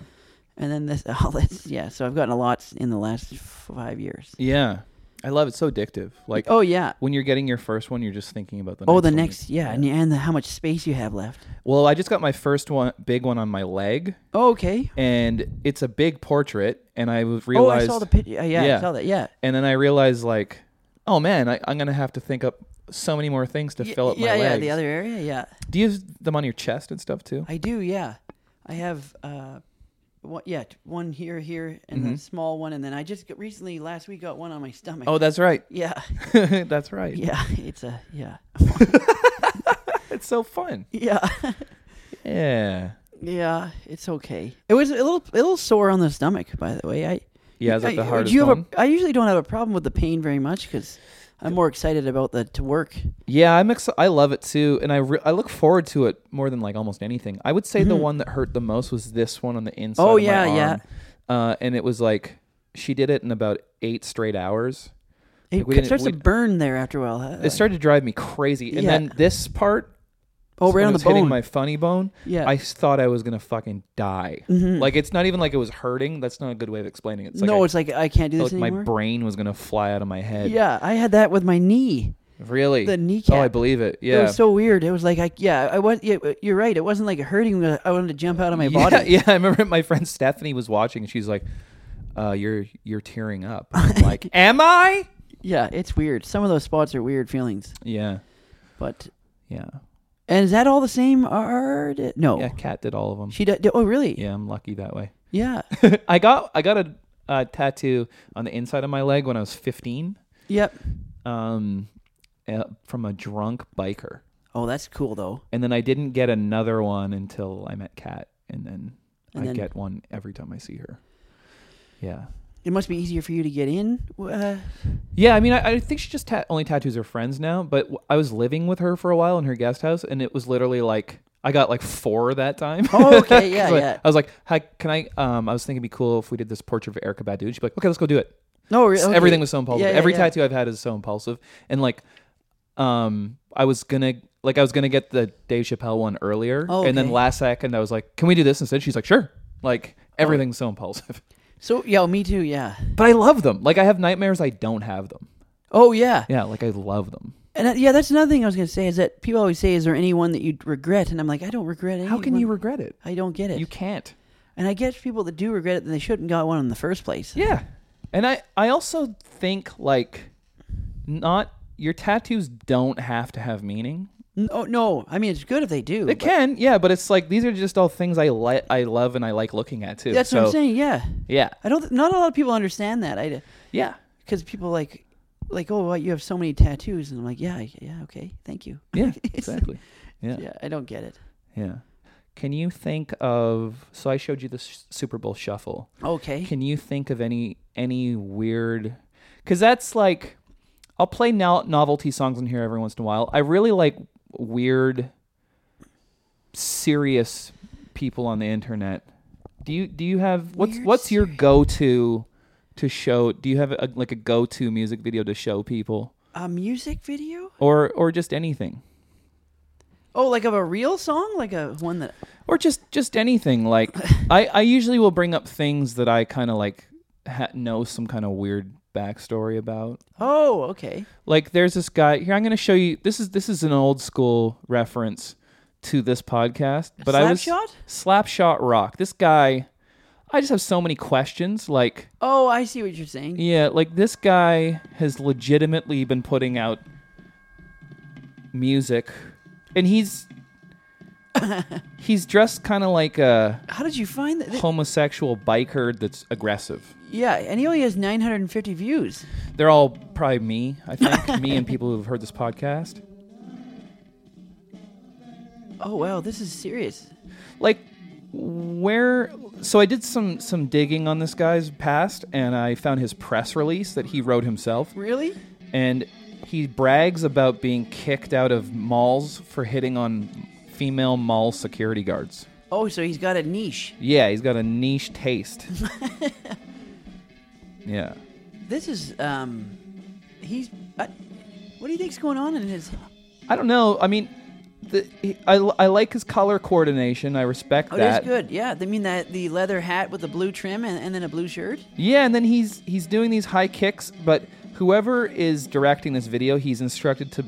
[SPEAKER 1] and then this all this yeah. So I've gotten a lot in the last five years.
[SPEAKER 2] Yeah. I love it. So addictive. Like
[SPEAKER 1] Oh yeah.
[SPEAKER 2] when you're getting your first one, you're just thinking about the
[SPEAKER 1] Oh, the
[SPEAKER 2] one.
[SPEAKER 1] next yeah, and and the, how much space you have left.
[SPEAKER 2] Well, I just got my first one big one on my leg
[SPEAKER 1] Oh, okay.
[SPEAKER 2] and it's a big portrait and I was
[SPEAKER 1] Oh,
[SPEAKER 2] realized
[SPEAKER 1] I saw the picture. yeah,
[SPEAKER 2] Yeah.
[SPEAKER 1] I saw that. Yeah.
[SPEAKER 2] and then I realized like, oh man, I, I'm gonna have to think up so many more things to
[SPEAKER 1] Y-
[SPEAKER 2] fill up
[SPEAKER 1] yeah,
[SPEAKER 2] my
[SPEAKER 1] yeah,
[SPEAKER 2] legs.
[SPEAKER 1] the other area. Yeah,
[SPEAKER 2] Do you have them on your chest and stuff too?
[SPEAKER 1] I do. Yeah, I have. Uh, one, yeah, t- one here, here, and
[SPEAKER 2] Mm-hmm.
[SPEAKER 1] the small one, and then I just got, recently last week got one on my stomach.
[SPEAKER 2] oh, that's right.
[SPEAKER 1] yeah,
[SPEAKER 2] that's right.
[SPEAKER 1] yeah. It's a yeah,
[SPEAKER 2] It's so fun.
[SPEAKER 1] yeah,
[SPEAKER 2] Yeah.
[SPEAKER 1] yeah. It's okay. It was a little, a little sore on the stomach, by the way. I
[SPEAKER 2] Yeah, is that
[SPEAKER 1] I-
[SPEAKER 2] the
[SPEAKER 1] do
[SPEAKER 2] hardest
[SPEAKER 1] you have
[SPEAKER 2] one?
[SPEAKER 1] A, I usually don't have a problem with the pain very much because I'm more excited about the to work.
[SPEAKER 2] Yeah, I'm ex- I love it too, and I re- I look forward to it more than like almost anything. I would say the one that hurt the most was this one on the inside.
[SPEAKER 1] Mm-hmm. Oh,
[SPEAKER 2] of my
[SPEAKER 1] yeah, yeah.
[SPEAKER 2] arm. Uh, and it was like she did it in about eight straight hours.
[SPEAKER 1] It
[SPEAKER 2] we
[SPEAKER 1] c-
[SPEAKER 2] didn't-
[SPEAKER 1] starts to
[SPEAKER 2] we-
[SPEAKER 1] burn there after a while. huh?
[SPEAKER 2] It started to drive me crazy, and
[SPEAKER 1] Yeah.
[SPEAKER 2] then this part
[SPEAKER 1] oh, right
[SPEAKER 2] when
[SPEAKER 1] on
[SPEAKER 2] it
[SPEAKER 1] the
[SPEAKER 2] was hitting
[SPEAKER 1] bone.
[SPEAKER 2] my funny bone.
[SPEAKER 1] Yeah. Mm-hmm.
[SPEAKER 2] I s- thought I was gonna fucking die. Like it's not even like it was hurting. That's not a good way of explaining it. It's like
[SPEAKER 1] no,
[SPEAKER 2] I
[SPEAKER 1] it's like I can't do
[SPEAKER 2] felt
[SPEAKER 1] this
[SPEAKER 2] like my
[SPEAKER 1] anymore.
[SPEAKER 2] brain was gonna fly out of my head.
[SPEAKER 1] Yeah, I had that with my knee.
[SPEAKER 2] really.
[SPEAKER 1] The kneecap.
[SPEAKER 2] Oh, I believe it. Yeah,
[SPEAKER 1] It was so weird. It was like I yeah, I was yeah, uh, you're right. It wasn't like hurting me. I wanted to jump out of my
[SPEAKER 2] Yeah,
[SPEAKER 1] body.
[SPEAKER 2] Yeah, I remember my friend Stephanie was watching and she's like, uh, you're you're tearing up. I'm like, am I?
[SPEAKER 1] Yeah, it's weird. Some of those spots are weird feelings.
[SPEAKER 2] Yeah.
[SPEAKER 1] But
[SPEAKER 2] Yeah.
[SPEAKER 1] and is that all the same art? No.
[SPEAKER 2] Yeah, Kat did all of them.
[SPEAKER 1] She did, did- Oh, really?
[SPEAKER 2] yeah, I'm lucky that way.
[SPEAKER 1] Yeah.
[SPEAKER 2] I got I got a, uh tattoo on the inside of my leg when I was 15
[SPEAKER 1] yep.
[SPEAKER 2] um, uh, from a drunk biker.
[SPEAKER 1] Oh, that's cool though.
[SPEAKER 2] And then I didn't get another one until I met Kat. And then
[SPEAKER 1] And
[SPEAKER 2] I
[SPEAKER 1] then-
[SPEAKER 2] get one every time I see her. Yeah.
[SPEAKER 1] It must be easier for you to get in. Uh,
[SPEAKER 2] Yeah, I mean, I, I think she just ta- only tattoos her friends now. But w- I was living with her for a while in her guest house, and it was literally like I got like four that time.
[SPEAKER 1] Oh, okay, yeah,
[SPEAKER 2] 'Cause I,
[SPEAKER 1] yeah.
[SPEAKER 2] I was like, "Hi, can I?" Um, I was thinking it'd be cool if we did this portrait of Erica Badu. And she'd be like, "Okay, let's go do it."
[SPEAKER 1] no, re- okay.
[SPEAKER 2] Everything was so impulsive.
[SPEAKER 1] Yeah, yeah,
[SPEAKER 2] Every
[SPEAKER 1] yeah.
[SPEAKER 2] tattoo I've had is so impulsive, and like, um, I was gonna like I was gonna get the Dave Chappelle one earlier,
[SPEAKER 1] Oh,
[SPEAKER 2] and then
[SPEAKER 1] okay.
[SPEAKER 2] last second I was like, "Can we do this instead?" She's like, "Sure." Like everything's so impulsive,
[SPEAKER 1] So yeah, me too. Yeah.
[SPEAKER 2] but I love them. Like I have nightmares. I don't have them.
[SPEAKER 1] Oh yeah.
[SPEAKER 2] Yeah, like I love them.
[SPEAKER 1] And uh, yeah, that's another thing I was gonna say is that people always say, "Is there anyone that you regret?" And I'm like, I don't regret anyone.
[SPEAKER 2] How can you regret it?
[SPEAKER 1] I don't get it.
[SPEAKER 2] You can't.
[SPEAKER 1] And I guess people that do regret it, then they shouldn't got one in the first place.
[SPEAKER 2] Yeah. And I I also think like not your tattoos don't have to have meaning.
[SPEAKER 1] No, no. I mean, it's good if they do.
[SPEAKER 2] They
[SPEAKER 1] but
[SPEAKER 2] can, yeah, but it's like these are just all things I like I love and I like looking at too.
[SPEAKER 1] That's what I'm
[SPEAKER 2] So,
[SPEAKER 1] saying. Yeah.
[SPEAKER 2] Yeah.
[SPEAKER 1] I don't. Not a lot of people understand that. I
[SPEAKER 2] Yeah.
[SPEAKER 1] because people like, like, oh, well, you have so many tattoos, and I'm like, yeah, yeah, okay, thank you.
[SPEAKER 2] Yeah, exactly. Yeah.
[SPEAKER 1] Yeah, I don't get it.
[SPEAKER 2] Yeah. Can you think of so I showed you the S- Super Bowl shuffle.
[SPEAKER 1] Okay.
[SPEAKER 2] Can you think of any any weird? Because that's like, I'll play no- novelty songs in here every once in a while. I really like weird, serious people on the internet. Do you do you have what's
[SPEAKER 1] Weird,
[SPEAKER 2] what's your go to to show? Do you have a, like a go to music video to show people
[SPEAKER 1] a music video?
[SPEAKER 2] or or just anything?
[SPEAKER 1] Oh, like of a real song, like a one that.
[SPEAKER 2] or just just anything like i i usually will bring up things that i kind of like ha- know some kind of weird backstory about
[SPEAKER 1] Oh, okay.
[SPEAKER 2] like there's this guy here i'm going to show you this is this is an old school reference to this podcast but i was
[SPEAKER 1] Slapshot?
[SPEAKER 2] slapshot rock this guy i just have so many questions like
[SPEAKER 1] Oh, I see what you're saying.
[SPEAKER 2] yeah like this guy has legitimately been putting out music and he's he's dressed kind of like a
[SPEAKER 1] How did you find that?
[SPEAKER 2] homosexual biker that's aggressive.
[SPEAKER 1] yeah, and he only has 950 views.
[SPEAKER 2] They're all probably me, I think. me and people who've heard this podcast.
[SPEAKER 1] Oh wow, this is serious.
[SPEAKER 2] Like where so I did some some digging on this guy's past and I found his press release that he wrote himself
[SPEAKER 1] Really?
[SPEAKER 2] and he brags about being kicked out of malls for hitting on female mall security guards.
[SPEAKER 1] Oh, so he's got a niche.
[SPEAKER 2] Yeah, he's got a niche taste. yeah.
[SPEAKER 1] This is um, he's. I, What do you think's going on in his?
[SPEAKER 2] I don't know. I mean, the, he, I, l- I like his color coordination. I respect
[SPEAKER 1] Oh,
[SPEAKER 2] that.
[SPEAKER 1] that's good. Yeah, I mean that the leather hat with the blue trim and, and then a blue shirt.
[SPEAKER 2] Yeah, and then he's he's doing these high kicks, but whoever is directing this video, he's instructed to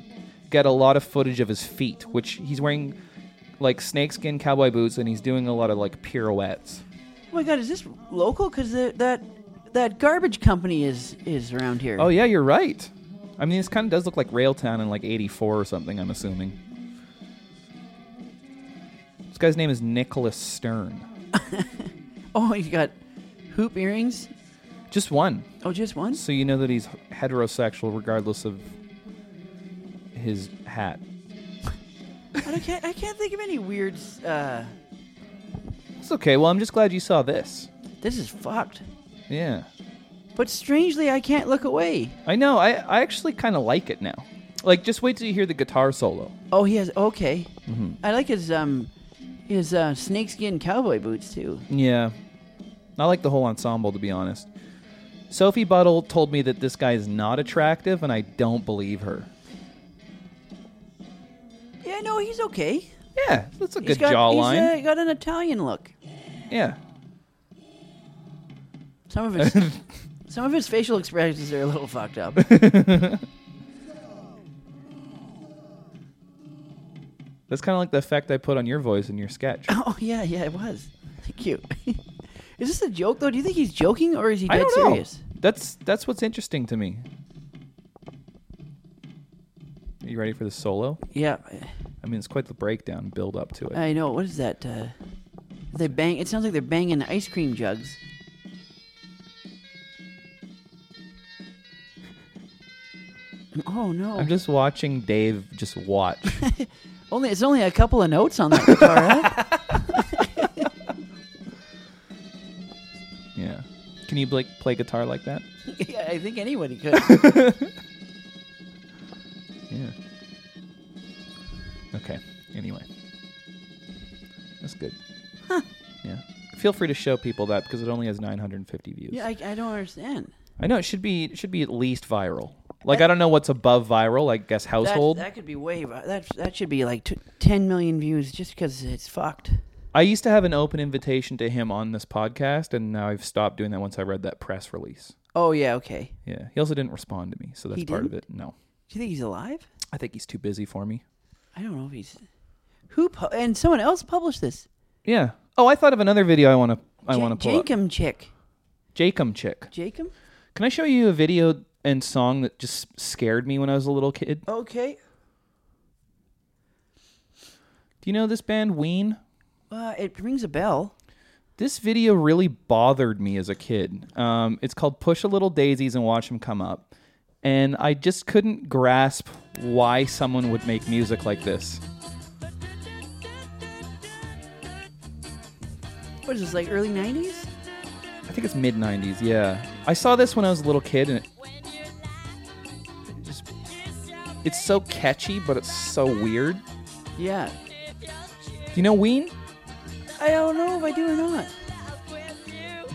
[SPEAKER 2] get a lot of footage of his feet, which he's wearing like snakeskin cowboy boots and he's doing a lot of like pirouettes.
[SPEAKER 1] Oh my God, is this local? Because that that garbage company is is around here.
[SPEAKER 2] Oh yeah, you're right. I mean, this kind of does look like Railtown in like 84 or something, I'm assuming. This guy's name is Nicholas Stern.
[SPEAKER 1] Oh, he's got hoop earrings.
[SPEAKER 2] Just one.
[SPEAKER 1] Oh, just one.
[SPEAKER 2] So you know that he's heterosexual regardless of his hat.
[SPEAKER 1] I don't- can't. I can't think of any weird. Uh,
[SPEAKER 2] It's okay. Well, I'm just glad you saw this.
[SPEAKER 1] this is fucked.
[SPEAKER 2] Yeah.
[SPEAKER 1] But strangely, I can't look away.
[SPEAKER 2] I know. I, I actually kind of like it now. Like, just wait till you hear the guitar solo.
[SPEAKER 1] Oh, he has okay.
[SPEAKER 2] Mm-hmm.
[SPEAKER 1] I like his um his uh, snakeskin cowboy boots too.
[SPEAKER 2] Yeah. I like the whole ensemble, to be honest. Sophie Buttle told me that this guy is not attractive, and I don't believe her.
[SPEAKER 1] Yeah, no, he's okay.
[SPEAKER 2] Yeah, that's a
[SPEAKER 1] He's
[SPEAKER 2] good
[SPEAKER 1] got,
[SPEAKER 2] jawline.
[SPEAKER 1] He's uh, got an Italian look.
[SPEAKER 2] yeah.
[SPEAKER 1] Some of his some of his facial expressions are a little fucked up.
[SPEAKER 2] That's kind of like the effect I put on your voice in your sketch.
[SPEAKER 1] oh yeah, yeah, it was. Thank you. is this a joke though? Do you think he's joking or is he
[SPEAKER 2] I
[SPEAKER 1] dead
[SPEAKER 2] don't know.
[SPEAKER 1] serious?
[SPEAKER 2] That's that's what's interesting to me. Are you ready for the solo?
[SPEAKER 1] Yeah,
[SPEAKER 2] I mean, it's quite the breakdown build up to it.
[SPEAKER 1] I know. What is that? Uh, they bang. It sounds like they're banging ice cream jugs. Oh no!
[SPEAKER 2] I'm just watching Dave just watch.
[SPEAKER 1] Only it's only a couple of notes on that guitar. huh?
[SPEAKER 2] yeah. Can you like play guitar like that?
[SPEAKER 1] yeah, I think anybody could.
[SPEAKER 2] Yeah. Okay. Anyway. That's good. Yeah. Feel free to show people that because it only has 950 views.
[SPEAKER 1] yeah, I, I don't understand.
[SPEAKER 2] I know it should be it should be at least viral. Like I don't know what's above viral. I guess
[SPEAKER 1] That,
[SPEAKER 2] household.
[SPEAKER 1] that could be way. vi- That that should be like t- ten million views just because it's fucked.
[SPEAKER 2] I used to have an open invitation to him on this podcast, and now I've stopped doing that once I read that press release.
[SPEAKER 1] Oh yeah, okay.
[SPEAKER 2] Yeah. He also didn't respond to me, so that's
[SPEAKER 1] He
[SPEAKER 2] part of it.
[SPEAKER 1] didn't?
[SPEAKER 2] No.
[SPEAKER 1] Do you think he's alive?
[SPEAKER 2] I think he's too busy for me.
[SPEAKER 1] I don't know if he's. Who pu- and someone else published this.
[SPEAKER 2] Yeah. Oh, I thought of another video I want to I
[SPEAKER 1] Ja-
[SPEAKER 2] want to pull up.
[SPEAKER 1] Jacob chick.
[SPEAKER 2] Jacob chick.
[SPEAKER 1] Jacob.
[SPEAKER 2] Can I show you a video and song that just scared me when I was a little kid?
[SPEAKER 1] Okay.
[SPEAKER 2] Do you know this band Ween?
[SPEAKER 1] Uh, it rings a bell.
[SPEAKER 2] This video really bothered me as a kid. Um, it's called "Push a Little Daisies and Watch 'Em Come Up," and I just couldn't grasp why someone would make music like this.
[SPEAKER 1] What is this like early nineties?
[SPEAKER 2] I think it's mid '90s. Yeah, I saw this when I was a little kid, and it, it just, it's so catchy, but it's so weird.
[SPEAKER 1] Yeah.
[SPEAKER 2] Do you know Ween?
[SPEAKER 1] I don't know if I do or not.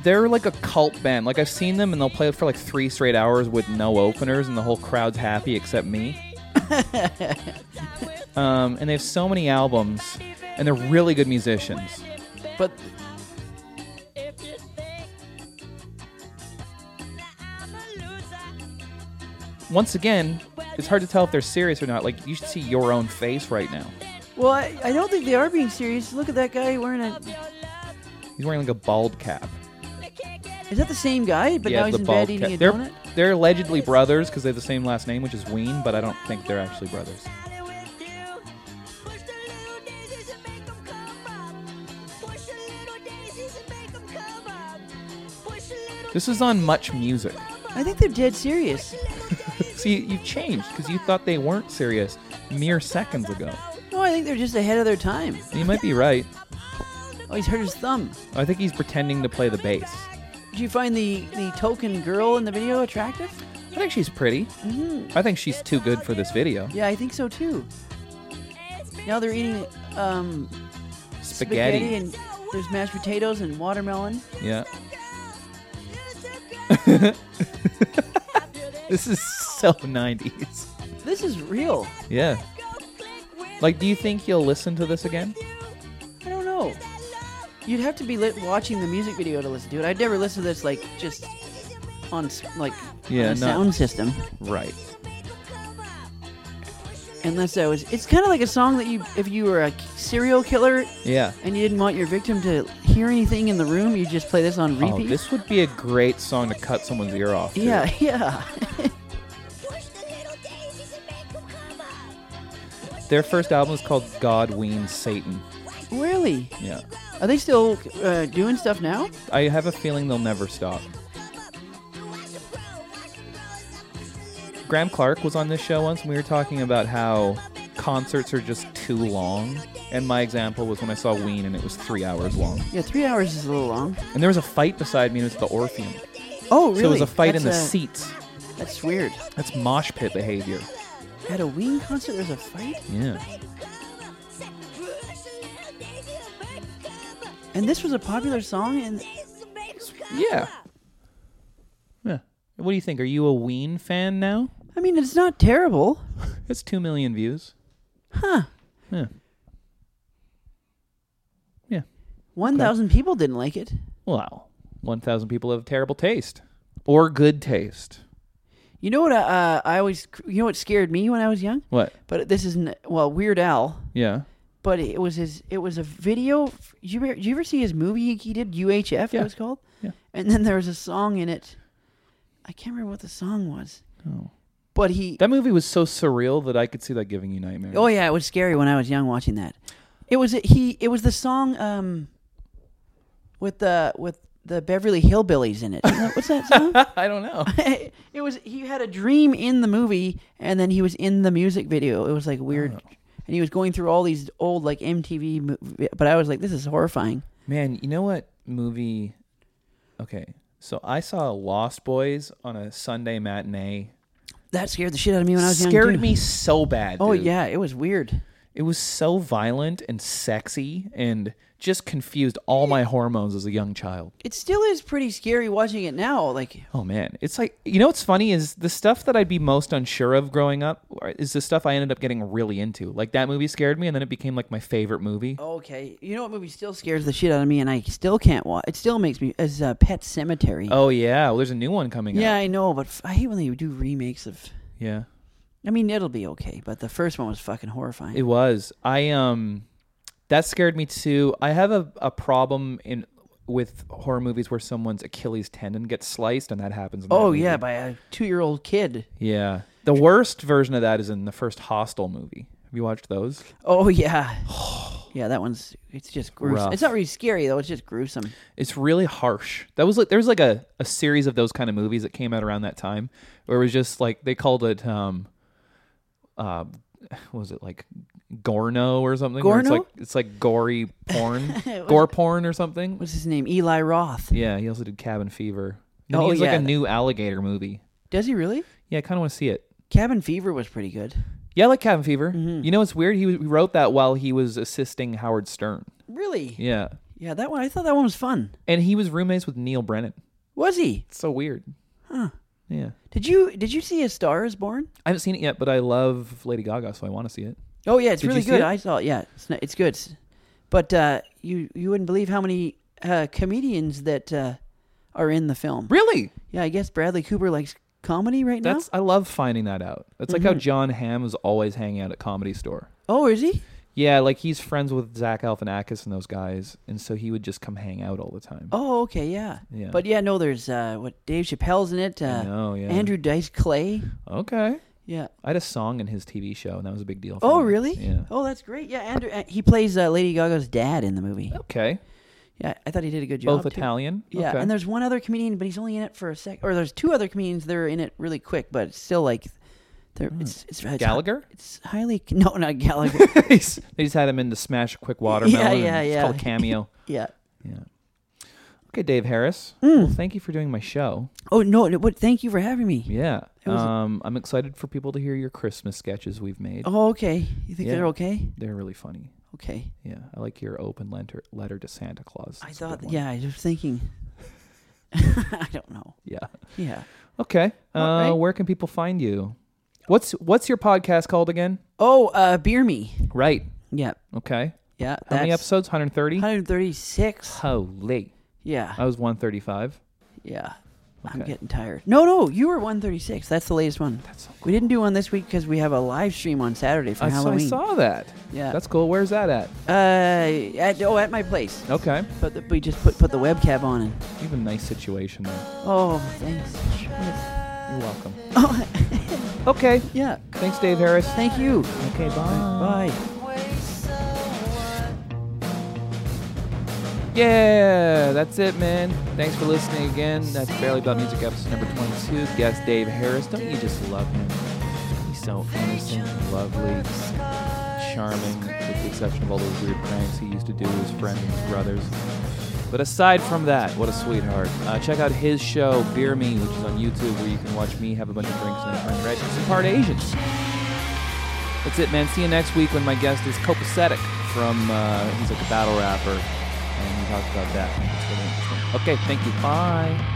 [SPEAKER 2] they're like a cult band. Like I've seen them, and they'll play for like three straight hours with no openers, and the whole crowd's happy except me. um, and they have so many albums, and they're really good musicians.
[SPEAKER 1] But
[SPEAKER 2] Once again, it's hard to tell if they're serious or not. Like you should see your own face right now.
[SPEAKER 1] well, I, I don't think they are being serious. Look at that guy wearing a.
[SPEAKER 2] He's wearing like a bald cap.
[SPEAKER 1] Is that the same guy? But now he's
[SPEAKER 2] the
[SPEAKER 1] in
[SPEAKER 2] bald
[SPEAKER 1] bed eating a
[SPEAKER 2] They're
[SPEAKER 1] donut.
[SPEAKER 2] they're allegedly brothers because they have the same last name, which is Ween, but I don't think they're actually brothers. This is on Much Music.
[SPEAKER 1] I think they're dead serious.
[SPEAKER 2] See, you've changed because you thought they weren't serious mere seconds ago.
[SPEAKER 1] No, I think they're just ahead of their time.
[SPEAKER 2] And You might be right.
[SPEAKER 1] Oh, he's hurt his thumb.
[SPEAKER 2] I think he's pretending to play the bass.
[SPEAKER 1] Did you find the the token girl in the video attractive?
[SPEAKER 2] I think she's pretty.
[SPEAKER 1] Mm-hmm.
[SPEAKER 2] I think she's too good for this video.
[SPEAKER 1] Yeah, I think so too. Now they're eating um,
[SPEAKER 2] Spaghetti.
[SPEAKER 1] spaghetti, and there's mashed potatoes and watermelon.
[SPEAKER 2] Yeah. this is so 90s.
[SPEAKER 1] this is real.
[SPEAKER 2] Yeah. Like, do you think you'll listen to this again?
[SPEAKER 1] I don't know. You'd have to be lit watching the music video to listen to it. I'd never listen to this like just on s- like
[SPEAKER 2] Yeah,
[SPEAKER 1] on a
[SPEAKER 2] no.
[SPEAKER 1] sound system
[SPEAKER 2] Right.
[SPEAKER 1] unless I was. It's kind of like a song that you if you were a serial killer
[SPEAKER 2] Yeah.
[SPEAKER 1] and you didn't want your victim to hear anything in the room, you just play this on
[SPEAKER 2] Oh,
[SPEAKER 1] repeat.
[SPEAKER 2] this would be a great song to cut someone's ear off. to.
[SPEAKER 1] yeah, yeah.
[SPEAKER 2] Their first album is called God Weans Satan.
[SPEAKER 1] really?
[SPEAKER 2] Yeah.
[SPEAKER 1] Are they still uh, doing stuff now?
[SPEAKER 2] I have a feeling they'll never stop. Graham Clark was on this show once and we were talking about how concerts are just too long. And my example was when I saw Ween and it was three hours long.
[SPEAKER 1] Yeah, three hours is a little long.
[SPEAKER 2] And there was a fight beside me and it was the Orpheum.
[SPEAKER 1] Oh, really?
[SPEAKER 2] So it was a fight in the
[SPEAKER 1] That's, uh,
[SPEAKER 2] seats.
[SPEAKER 1] That's weird.
[SPEAKER 2] That's mosh pit behavior.
[SPEAKER 1] At a Ween concert, there's a fight,
[SPEAKER 2] Yeah.
[SPEAKER 1] and this was a popular song. And
[SPEAKER 2] Yeah. Yeah. What do you think? Are you a Ween fan now?
[SPEAKER 1] I mean, it's not terrible.
[SPEAKER 2] It's two million views.
[SPEAKER 1] Huh.
[SPEAKER 2] Yeah. Yeah.
[SPEAKER 1] 1,000 people didn't like it.
[SPEAKER 2] Wow. One thousand people have terrible taste. Or good taste.
[SPEAKER 1] You know what? Uh, I always, you know what scared me when I was young.
[SPEAKER 2] What?
[SPEAKER 1] But this isn't well Weird Al.
[SPEAKER 2] Yeah.
[SPEAKER 1] But it was his. It was a video. f- You ever- did you ever see his movie he did? UHF.
[SPEAKER 2] Yeah.
[SPEAKER 1] It was called.
[SPEAKER 2] Yeah.
[SPEAKER 1] And then there was a song in it. I can't remember what the song was.
[SPEAKER 2] Oh.
[SPEAKER 1] But he.
[SPEAKER 2] That movie was so surreal that I could see that giving you nightmares.
[SPEAKER 1] oh yeah, it was scary when I was young watching that. It was he. It was the song um. With the with the Beverly Hillbillies in it. What's that song?
[SPEAKER 2] I don't know.
[SPEAKER 1] it was he had a dream in the movie and then he was in the music video it was like weird
[SPEAKER 2] Oh.
[SPEAKER 1] and he was going through all these old like mtv mo- vi- but i was like this is horrifying
[SPEAKER 2] Man, you know what movie? Okay, so I saw Lost Boys on a Sunday matinee.
[SPEAKER 1] that scared the shit out of me when i was young
[SPEAKER 2] Scared
[SPEAKER 1] too.
[SPEAKER 2] me so bad.
[SPEAKER 1] oh
[SPEAKER 2] dude.
[SPEAKER 1] yeah it was weird
[SPEAKER 2] it was so violent and sexy and just confused all my hormones as a young child.
[SPEAKER 1] it still is pretty scary watching it now like
[SPEAKER 2] Oh man, it's like you know what's funny is the stuff that I'd be most unsure of growing up is the stuff I ended up getting really into. Like that movie scared me, and then it became like my favorite movie.
[SPEAKER 1] Oh. okay you know what movie still scares the shit out of me and i still can't watch it still makes me as uh, pet cemetery
[SPEAKER 2] Oh yeah, well, there's a new one coming
[SPEAKER 1] yeah
[SPEAKER 2] out.
[SPEAKER 1] i know but f- i hate when they do remakes of
[SPEAKER 2] Yeah,
[SPEAKER 1] i mean it'll be okay but the first one was fucking horrifying
[SPEAKER 2] it was. I um, that scared me too. I have a a problem in with horror movies where someone's Achilles tendon gets sliced, and that happens. In that
[SPEAKER 1] oh
[SPEAKER 2] movie.
[SPEAKER 1] yeah by a two-year-old kid
[SPEAKER 2] yeah. The worst version of that is in the first Hostel movie. Have you watched those?
[SPEAKER 1] Oh yeah, yeah. That one's it's just gruesome.
[SPEAKER 2] Rough.
[SPEAKER 1] It's not really scary though. It's just gruesome.
[SPEAKER 2] It's really harsh. That was like there was like a, a series of those kind of movies that came out around that time where it was just like they called it um uh what was it like Gorno or something? Where It's
[SPEAKER 1] Gorno?
[SPEAKER 2] like it's like gory porn. gore porn or something.
[SPEAKER 1] What's his name? Eli Roth.
[SPEAKER 2] yeah, he also did Cabin Fever. And
[SPEAKER 1] Oh,
[SPEAKER 2] he has like
[SPEAKER 1] yeah.
[SPEAKER 2] a new alligator movie.
[SPEAKER 1] Does he really?
[SPEAKER 2] Yeah, I kinda wanna see it.
[SPEAKER 1] Cabin Fever was pretty good.
[SPEAKER 2] Yeah, I like Cabin Fever.
[SPEAKER 1] Mm-hmm.
[SPEAKER 2] You know what's weird? He w- wrote that while he was assisting Howard Stern.
[SPEAKER 1] Really? Yeah.
[SPEAKER 2] Yeah.
[SPEAKER 1] that one. I thought that one was fun.
[SPEAKER 2] And he was roommates with Neil Brennan.
[SPEAKER 1] Was he?
[SPEAKER 2] It's so weird. Huh. Yeah.
[SPEAKER 1] Did you Did you see A Star Is Born?
[SPEAKER 2] I haven't seen it yet, but I love Lady Gaga, so I want to see it.
[SPEAKER 1] Oh yeah, it's
[SPEAKER 2] Did you
[SPEAKER 1] really
[SPEAKER 2] see
[SPEAKER 1] good.
[SPEAKER 2] it?
[SPEAKER 1] I saw it. Yeah, it's not, it's good. It's- But uh, you you wouldn't believe how many uh, comedians that uh, are in the film.
[SPEAKER 2] Really?
[SPEAKER 1] Yeah, I guess Bradley Cooper likes comedy right
[SPEAKER 2] That's
[SPEAKER 1] now.
[SPEAKER 2] I love finding that out. That's like
[SPEAKER 1] Mm-hmm.
[SPEAKER 2] how John Hamm is always hanging out at Comedy Store.
[SPEAKER 1] Oh, is he?
[SPEAKER 2] Yeah, like he's friends with Zach Galifianakis and those guys, and so he would just come hang out all the time.
[SPEAKER 1] Oh, okay, yeah.
[SPEAKER 2] Yeah.
[SPEAKER 1] But yeah, no, there's uh, what Dave Chappelle's in it. Uh,
[SPEAKER 2] know, yeah.
[SPEAKER 1] Andrew Dice Clay.
[SPEAKER 2] Okay.
[SPEAKER 1] Yeah.
[SPEAKER 2] I had a song in his TV show, and that was a big deal. For
[SPEAKER 1] Oh,
[SPEAKER 2] me.
[SPEAKER 1] really?
[SPEAKER 2] Yeah.
[SPEAKER 1] Oh, that's great. Yeah, Andrew. Uh, he plays uh, Lady Gaga's dad in the movie.
[SPEAKER 2] Okay.
[SPEAKER 1] Yeah, I thought he did a good job.
[SPEAKER 2] Oh. Both
[SPEAKER 1] too.
[SPEAKER 2] Italian.
[SPEAKER 1] Yeah,
[SPEAKER 2] Okay.
[SPEAKER 1] and there's one other comedian, but he's only in it for a sec. Or there's two other comedians that are in it really quick, but it's still like, they're, it's, it's it's-
[SPEAKER 2] Hmm. Gallagher?
[SPEAKER 1] It's highly no, not Gallagher.
[SPEAKER 2] He's- they just had him in the Smash Quick Watermelon. and
[SPEAKER 1] yeah,
[SPEAKER 2] It's
[SPEAKER 1] yeah.
[SPEAKER 2] called Cameo.
[SPEAKER 1] yeah.
[SPEAKER 2] yeah. Okay, Dave Harris.
[SPEAKER 1] Hmm.
[SPEAKER 2] Well, thank you for doing my show.
[SPEAKER 1] Oh no, no, what? Thank you for having me.
[SPEAKER 2] Yeah.
[SPEAKER 1] was a-
[SPEAKER 2] Um, I'm excited for people to hear your Christmas sketches we've made.
[SPEAKER 1] Oh, okay. You think
[SPEAKER 2] Yeah.
[SPEAKER 1] they're okay?
[SPEAKER 2] They're really funny.
[SPEAKER 1] Okay.
[SPEAKER 2] Yeah, I like your open letter letter to Santa Claus.
[SPEAKER 1] I
[SPEAKER 2] That's a
[SPEAKER 1] thought.
[SPEAKER 2] good one.
[SPEAKER 1] Yeah, I was thinking. I don't know.
[SPEAKER 2] Yeah.
[SPEAKER 1] Yeah.
[SPEAKER 2] Okay. Uh,
[SPEAKER 1] All right.
[SPEAKER 2] Where can people find you? What's what's your podcast called again?
[SPEAKER 1] Oh, uh, beer me.
[SPEAKER 2] Right.
[SPEAKER 1] Yeah,
[SPEAKER 2] Okay.
[SPEAKER 1] yeah.
[SPEAKER 2] How many
[SPEAKER 1] that's
[SPEAKER 2] episodes? 130?
[SPEAKER 1] 136.
[SPEAKER 2] Holy.
[SPEAKER 1] Yeah,
[SPEAKER 2] I was 135.
[SPEAKER 1] yeah. I'm
[SPEAKER 2] Okay.
[SPEAKER 1] getting tired. No, no, you were 136. That's the latest one.
[SPEAKER 2] so
[SPEAKER 1] We didn't do one this week because we have a live stream on Saturday for
[SPEAKER 2] I, saw- I
[SPEAKER 1] Halloween.
[SPEAKER 2] saw that.
[SPEAKER 1] Yeah.
[SPEAKER 2] That's cool. Where's that at?
[SPEAKER 1] Uh, at, oh, at my place.
[SPEAKER 2] Okay.
[SPEAKER 1] But the, we just put put the webcam on. And,
[SPEAKER 2] You have a nice situation there.
[SPEAKER 1] oh, thanks. Shit.
[SPEAKER 2] You're welcome.
[SPEAKER 1] Oh,
[SPEAKER 2] Okay.
[SPEAKER 1] yeah.
[SPEAKER 2] Thanks, Dave Harris.
[SPEAKER 1] Thank you.
[SPEAKER 2] Okay, bye.
[SPEAKER 1] Bye.
[SPEAKER 2] Yeah, that's it, man. Thanks for listening again. That's Barely About Music episode number 22. Guest Dave Harris. Don't you just love him? He's so innocent, lovely, charming, with the exception of all those weird pranks he used to do with his friends and his brothers. But aside from that, what a sweetheart. Uh, check out his show, Beer Me, which is on YouTube, where you can watch me have a bunch of drinks and a friend, right? It's a part Asian. That's it, man. See you next week when my guest is Copacetic from, uh, he's like a battle rapper, and he talks about that. It's really interesting. Okay, thank you. Bye.